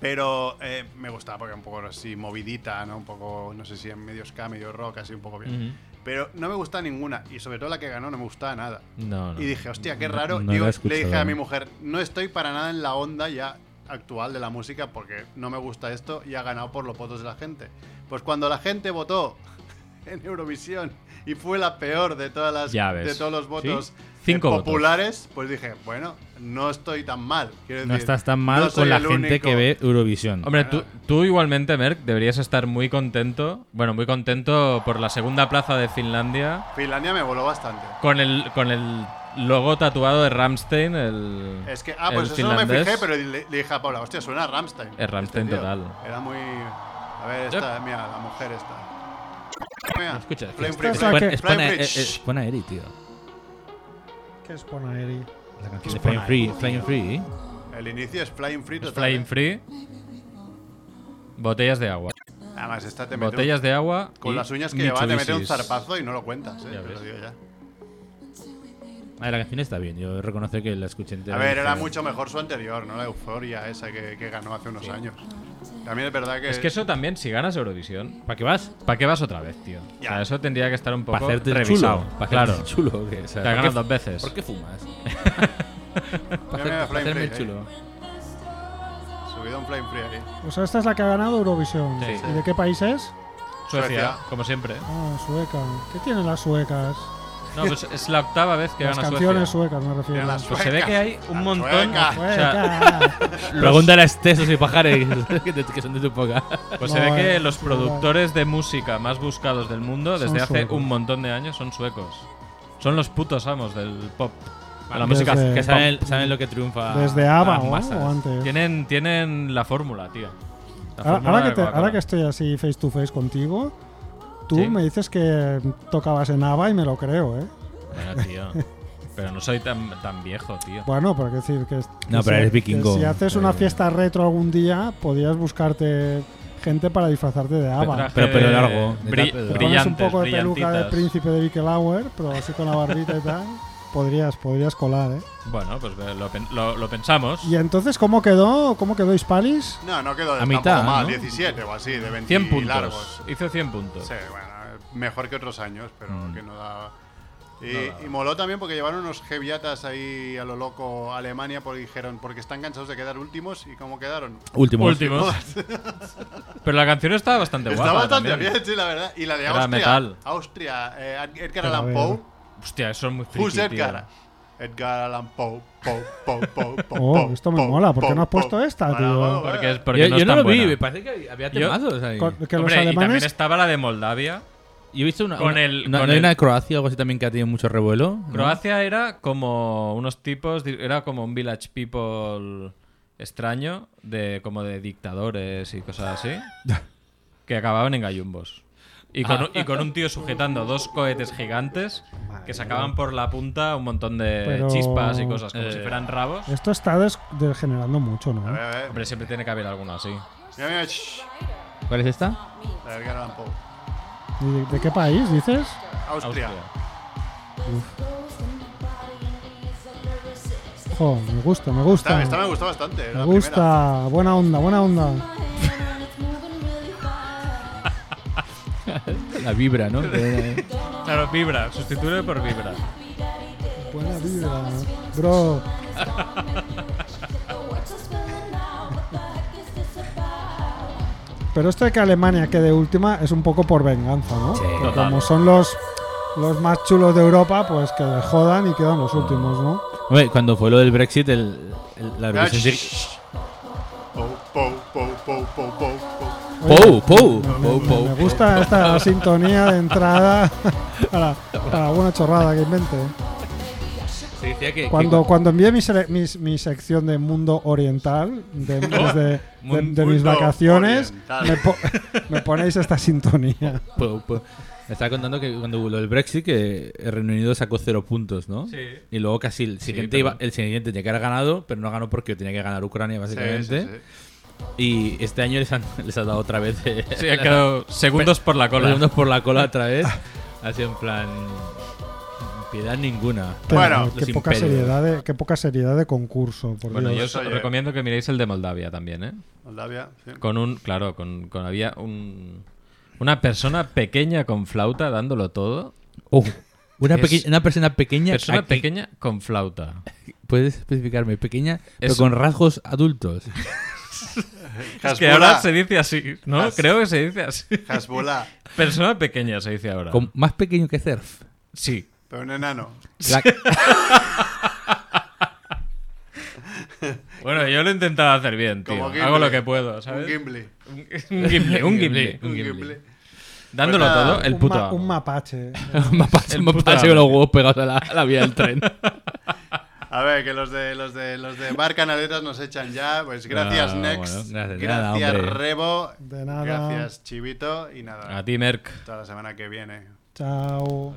Speaker 2: Pero eh, me gustaba porque era un poco así movidita, ¿no? Un poco, no sé si en medio ska, medio rock, así un poco bien.
Speaker 3: Ujú.
Speaker 2: Pero no me gustaba ninguna. Y sobre todo la que ganó no me gustaba nada.
Speaker 3: No, no.
Speaker 2: Y dije, hostia, qué raro. Digo,
Speaker 5: no la he
Speaker 2: le
Speaker 5: escuchado.
Speaker 2: dije a mi mujer, no estoy para nada en la onda ya actual de la música porque no me gusta esto y ha ganado por los votos de la gente. Pues cuando la gente votó en Eurovisión y fue la peor de todas las
Speaker 3: Ya ves.
Speaker 2: de todos los votos
Speaker 3: Sí.
Speaker 2: eh,
Speaker 3: Cinco votos.
Speaker 2: populares, pues dije, bueno, no estoy tan mal. Quiero
Speaker 5: No
Speaker 2: decir,
Speaker 5: estás tan mal
Speaker 2: no
Speaker 5: con
Speaker 2: soy
Speaker 5: la
Speaker 2: el
Speaker 5: gente que
Speaker 2: único.
Speaker 5: ve Eurovisión.
Speaker 3: Hombre, tú, tú igualmente, Merck, deberías estar muy contento. Bueno, muy contento por la segunda plaza de Finlandia.
Speaker 2: Finlandia me voló bastante.
Speaker 3: Con el, con el logo tatuado de Ramstein, el.
Speaker 2: Es que, ah,
Speaker 3: el
Speaker 2: pues eso no me
Speaker 3: finlandés.
Speaker 2: fijé, pero le, le dije a Paula, hostia, suena a Ramstein.
Speaker 3: Es Rammstein
Speaker 2: tío.
Speaker 3: total.
Speaker 2: Era muy. A ver, esta, mira, la mujer esta. Mira,
Speaker 5: No escuchas.
Speaker 1: Esta
Speaker 2: Flame
Speaker 1: es
Speaker 2: Bridge,
Speaker 1: la
Speaker 5: Pon-
Speaker 1: que-
Speaker 5: es
Speaker 2: Flame
Speaker 5: Pona-
Speaker 3: eh,
Speaker 2: Bridge.
Speaker 5: es- es Ponaeri, eh, tío.
Speaker 1: ¿Qué es Ponaeri?
Speaker 5: La canción de Flying Free. Flying Free. ¿eh?
Speaker 2: El inicio es Flying Free total. eh.
Speaker 3: Flying Free. Botellas de agua.
Speaker 2: Además, esta te mete.
Speaker 3: Botellas de agua.
Speaker 2: un- con
Speaker 3: y
Speaker 2: las uñas que lleva, te mete un
Speaker 3: Mitsubishis.
Speaker 2: zarpazo y no lo cuentas, eh.
Speaker 3: Ya
Speaker 2: te lo
Speaker 3: ves.
Speaker 2: digo ya.
Speaker 5: Ah, la canción está bien. Yo reconozco que la escuché entera.
Speaker 2: A ver,
Speaker 5: y
Speaker 2: era
Speaker 5: dije,
Speaker 2: mucho mejor su anterior, ¿no? La euforia esa que, que ganó hace unos años. También es verdad que.
Speaker 3: Es que eso también, si ganas Eurovisión,
Speaker 5: ¿Para qué vas?
Speaker 3: ¿para qué vas otra vez, tío? O sea,
Speaker 2: Ya.
Speaker 3: eso tendría que estar un
Speaker 5: Para
Speaker 3: poco
Speaker 5: hacerte el
Speaker 3: revisado.
Speaker 5: chulo. Para
Speaker 3: claro.
Speaker 5: hacerte el chulo. ¿o qué? O sea,
Speaker 3: Te has
Speaker 5: ¿por
Speaker 3: ganado
Speaker 5: qué-
Speaker 3: dos veces.
Speaker 5: ¿Por qué fumas?
Speaker 2: Mira,
Speaker 5: para
Speaker 2: mira,
Speaker 5: hacer- para
Speaker 2: Flying
Speaker 5: hacerme el
Speaker 2: Free,
Speaker 5: chulo.
Speaker 2: Subido un Flying Free ahí.
Speaker 3: Pues
Speaker 1: O sea, Pues esta es la que ha ganado Eurovisión.
Speaker 3: Sí.
Speaker 1: ¿Y de qué país es?
Speaker 3: Suecia,
Speaker 2: Suecia.
Speaker 3: como siempre. ¿eh?
Speaker 1: Ah, sueca. ¿Qué tienen las suecas?
Speaker 3: No, pues es la octava vez que
Speaker 1: Las
Speaker 3: gana
Speaker 1: canciones
Speaker 3: Suecia.
Speaker 1: suecas, me refiero.
Speaker 2: Mira las
Speaker 3: Pues se ve que hay un
Speaker 2: Las
Speaker 3: montón.
Speaker 2: suecas.
Speaker 3: o sea,
Speaker 1: Suecas.
Speaker 5: Pregúntale a Estesos y Pajares, que te- que son de tu poca.
Speaker 3: pues se ve que
Speaker 1: Madre
Speaker 3: los
Speaker 1: mía.
Speaker 3: productores de música más buscados del mundo
Speaker 1: eh, Son
Speaker 3: desde hace
Speaker 1: suecos.
Speaker 3: un montón de años son suecos. Son los putos amos del pop. De la música
Speaker 1: Desde-
Speaker 5: Que
Speaker 3: pop.
Speaker 5: saben, saben lo que triunfa.
Speaker 1: Desde
Speaker 5: a
Speaker 1: ABBA
Speaker 5: las
Speaker 1: ¿no?
Speaker 5: masas.
Speaker 1: o antes.
Speaker 3: Tienen, tienen la fórmula, tío. La
Speaker 1: Ahora,
Speaker 3: fórmula
Speaker 1: ahora que
Speaker 3: de
Speaker 1: te-
Speaker 3: Coca-Cola.
Speaker 1: ahora que estoy así face to face contigo, tú
Speaker 3: Sí.
Speaker 1: me dices que tocabas en ABBA y me lo creo, ¿eh?
Speaker 3: Bueno, tío. Pero no soy tan, tan viejo, tío.
Speaker 1: Bueno, pero quiero decir que. es-
Speaker 5: No,
Speaker 1: que
Speaker 5: pero
Speaker 1: si-
Speaker 5: eres
Speaker 1: que
Speaker 5: vikingo.
Speaker 1: Si haces una
Speaker 5: Eh.
Speaker 1: fiesta retro algún día, podías buscarte gente para disfrazarte de ABBA.
Speaker 3: Traje
Speaker 5: Pero pelo
Speaker 3: de-
Speaker 5: largo, de
Speaker 3: bri-
Speaker 5: tap-
Speaker 1: Te Pones un
Speaker 3: brillantes,
Speaker 1: poco de peluca de
Speaker 3: brillantitas.
Speaker 1: príncipe de Bickelauer, pero así con la barbita y tal, podrías, podrías colar, ¿eh?
Speaker 3: Bueno, pues ve- lo, pen- lo- lo pensamos.
Speaker 1: ¿Y entonces cómo quedó? ¿Cómo quedó Hispalis?
Speaker 2: No, no quedó
Speaker 5: A
Speaker 2: tampoco
Speaker 5: mitad,
Speaker 2: mal,
Speaker 5: ¿no?
Speaker 2: 17 o así, de 20
Speaker 3: 100 puntos.
Speaker 2: largos.
Speaker 3: Hizo 100 puntos.
Speaker 2: Sí, bueno, mejor que otros años, pero que no da. Y,
Speaker 3: Mm. No daba.
Speaker 2: y moló también porque llevaron unos heviatas ahí a lo loco a Alemania porque dijeron, porque están cansados de quedar últimos y cómo quedaron.
Speaker 5: Últimos.
Speaker 3: Últimos. Pero la canción estaba bastante
Speaker 2: Está
Speaker 3: guapa.
Speaker 2: bastante
Speaker 3: también.
Speaker 2: bien, sí, la verdad. Y la de
Speaker 3: Era
Speaker 2: Austria.
Speaker 3: metal.
Speaker 2: Austria, eh, Edgar
Speaker 1: Pero a
Speaker 2: Allan
Speaker 1: ver.
Speaker 2: Poe.
Speaker 3: Hostia, eso es muy friki,
Speaker 2: Who's
Speaker 3: tío.
Speaker 2: Edgar? Edgar Allan Poe. Poe, Poe, Poe, Poe,
Speaker 1: Oh,
Speaker 2: Poe,
Speaker 1: esto me
Speaker 2: Poe,
Speaker 1: mola, ¿por qué
Speaker 2: Poe,
Speaker 1: no has
Speaker 2: Poe.
Speaker 1: puesto esta,
Speaker 2: Para,
Speaker 1: tío?
Speaker 2: bueno, bueno.
Speaker 3: Porque, es- porque
Speaker 5: Yo,
Speaker 3: no,
Speaker 5: yo
Speaker 3: es
Speaker 5: no
Speaker 3: tan
Speaker 5: lo vi,
Speaker 3: buena.
Speaker 5: me parece que había
Speaker 3: Yo-
Speaker 5: temazos ahí.
Speaker 1: Con- que
Speaker 3: Hombre,
Speaker 1: los
Speaker 3: y también
Speaker 1: alemanes.
Speaker 3: estaba la de Moldavia.
Speaker 5: Yo he visto una.
Speaker 3: Con
Speaker 5: una-
Speaker 3: el-
Speaker 5: una-
Speaker 3: con
Speaker 5: ¿no hay
Speaker 3: el-
Speaker 5: una de Croacia o algo así también que ha tenido mucho revuelo. ¿no?
Speaker 3: Croacia era como unos tipos, di- era como un village people extraño, de como de dictadores y cosas así, que acababan en gallumbos. Y con,
Speaker 5: Ah.
Speaker 3: y con un tío sujetando dos cohetes gigantes que sacaban por la punta un montón de
Speaker 1: Pero-
Speaker 3: chispas y cosas, como
Speaker 5: Eh.
Speaker 3: si fueran rabos.
Speaker 1: Esto está des- degenerando mucho, ¿no?
Speaker 2: A ver, a ver.
Speaker 3: Hombre, siempre tiene que haber alguno así.
Speaker 2: Mira, mira, shh.
Speaker 5: ¿Cuál es esta?
Speaker 2: La de Edgar Allan Poe.
Speaker 1: ¿De, de qué país dices?
Speaker 2: Austria.
Speaker 1: Jo, me gusta, me gusta.
Speaker 2: Esta, esta me gustó bastante. era
Speaker 1: Me
Speaker 2: la
Speaker 1: gusta,
Speaker 2: primera.
Speaker 1: buena onda, buena onda.
Speaker 5: La vibra, ¿no? De-
Speaker 7: Claro, vibra. Sustituye por vibra.
Speaker 1: Buena vibra, bro. Pero esto de que Alemania quede última es un poco por venganza, ¿no? Porque
Speaker 5: total.
Speaker 1: como son los, los más chulos de Europa, pues que le jodan y quedan los últimos, ¿no?
Speaker 5: Hombre, cuando fue lo del Brexit, el, el- la
Speaker 2: Ah,
Speaker 5: Eurovisión sí-
Speaker 2: shh. Pou, pou, pou, pou, pou, pou, pou.
Speaker 5: Pou, pou,
Speaker 1: Me-
Speaker 5: pou,
Speaker 1: me-
Speaker 5: pou.
Speaker 1: Me gusta esta sintonía de entrada para, para alguna chorrada que invente.
Speaker 5: Se decía que- que-
Speaker 1: Cuando, cuando envié mi, sele- mis- mi sección de mundo oriental, de, desde de- de mis
Speaker 2: Mundo
Speaker 1: vacaciones,
Speaker 2: oriental.
Speaker 1: me, po- me ponéis esta sintonía.
Speaker 5: Pou, pou. Me estaba contando que cuando hubo lo del Brexit, que el Reino Unido sacó cero puntos, ¿no?
Speaker 7: Sí.
Speaker 5: Y luego casi el siguiente,
Speaker 3: pero-
Speaker 5: iba, el siguiente tenía que haber ganado, pero no ganó porque tenía que ganar Ucrania,
Speaker 2: Sí,
Speaker 5: básicamente.
Speaker 2: sí, sí.
Speaker 5: Y este año les han, les ha dado otra vez. eh,
Speaker 3: Sí, ha quedado segundos por la
Speaker 5: Con los
Speaker 3: cola.
Speaker 5: unos por la cola otra vez. Así en plan. Piedad ninguna.
Speaker 1: Qué-
Speaker 2: Bueno,
Speaker 1: qué
Speaker 5: los
Speaker 1: poca,
Speaker 5: imperios.
Speaker 1: seriedad de, qué poca seriedad de concurso. Por
Speaker 3: Bueno, yo
Speaker 1: Dios.
Speaker 3: os
Speaker 2: Oye.
Speaker 3: recomiendo que miréis el de Moldavia también, ¿eh?
Speaker 2: Moldavia, sí.
Speaker 3: Con un, claro, con, con había un, una persona pequeña con flauta dándolo todo.
Speaker 5: Oh, una,
Speaker 3: Es-
Speaker 5: peque- una persona pequeña.
Speaker 3: Persona
Speaker 5: aquí-
Speaker 3: pequeña con flauta.
Speaker 5: Puedes especificarme, pequeña, pero
Speaker 3: Es-
Speaker 5: con rasgos adultos.
Speaker 3: Es que ahora
Speaker 2: Hasbula,
Speaker 3: se dice así, ¿no?
Speaker 2: Has-
Speaker 3: Creo que se dice así.
Speaker 2: Hasbula,
Speaker 3: Persona pequeña se dice ahora.
Speaker 5: Con- más pequeño que Cerf.
Speaker 3: Sí.
Speaker 2: pero un enano.
Speaker 5: La-
Speaker 3: Bueno, yo lo he intentado hacer bien, tío.
Speaker 2: Como
Speaker 3: Hago
Speaker 2: Gimli.
Speaker 3: lo que puedo,
Speaker 2: Un
Speaker 3: ¿sabes?
Speaker 2: Gimli.
Speaker 3: Un gimli, un gimli.
Speaker 2: Un
Speaker 3: un gimli.
Speaker 2: Gimli.
Speaker 3: Dándolo
Speaker 2: Pues nada,
Speaker 3: todo, el
Speaker 1: Un
Speaker 3: puto
Speaker 1: ma-
Speaker 3: amo.
Speaker 1: un mapache.
Speaker 5: me parece,
Speaker 3: El
Speaker 5: me
Speaker 3: puto
Speaker 5: parece con
Speaker 3: amo.
Speaker 5: los huevos pegados a la, a la vía del tren.
Speaker 2: A ver, que los de los de los de Bar Canaletas nos echan ya. Pues gracias,
Speaker 5: No,
Speaker 2: Next.
Speaker 5: bueno, gracias,
Speaker 2: gracias,
Speaker 5: nada, hombre.
Speaker 2: Rebo.
Speaker 1: De nada.
Speaker 2: Gracias, Chivito. Y
Speaker 3: Ah.
Speaker 2: nada.
Speaker 3: A ti, Merck.
Speaker 2: Hasta la semana que viene.
Speaker 1: Chao.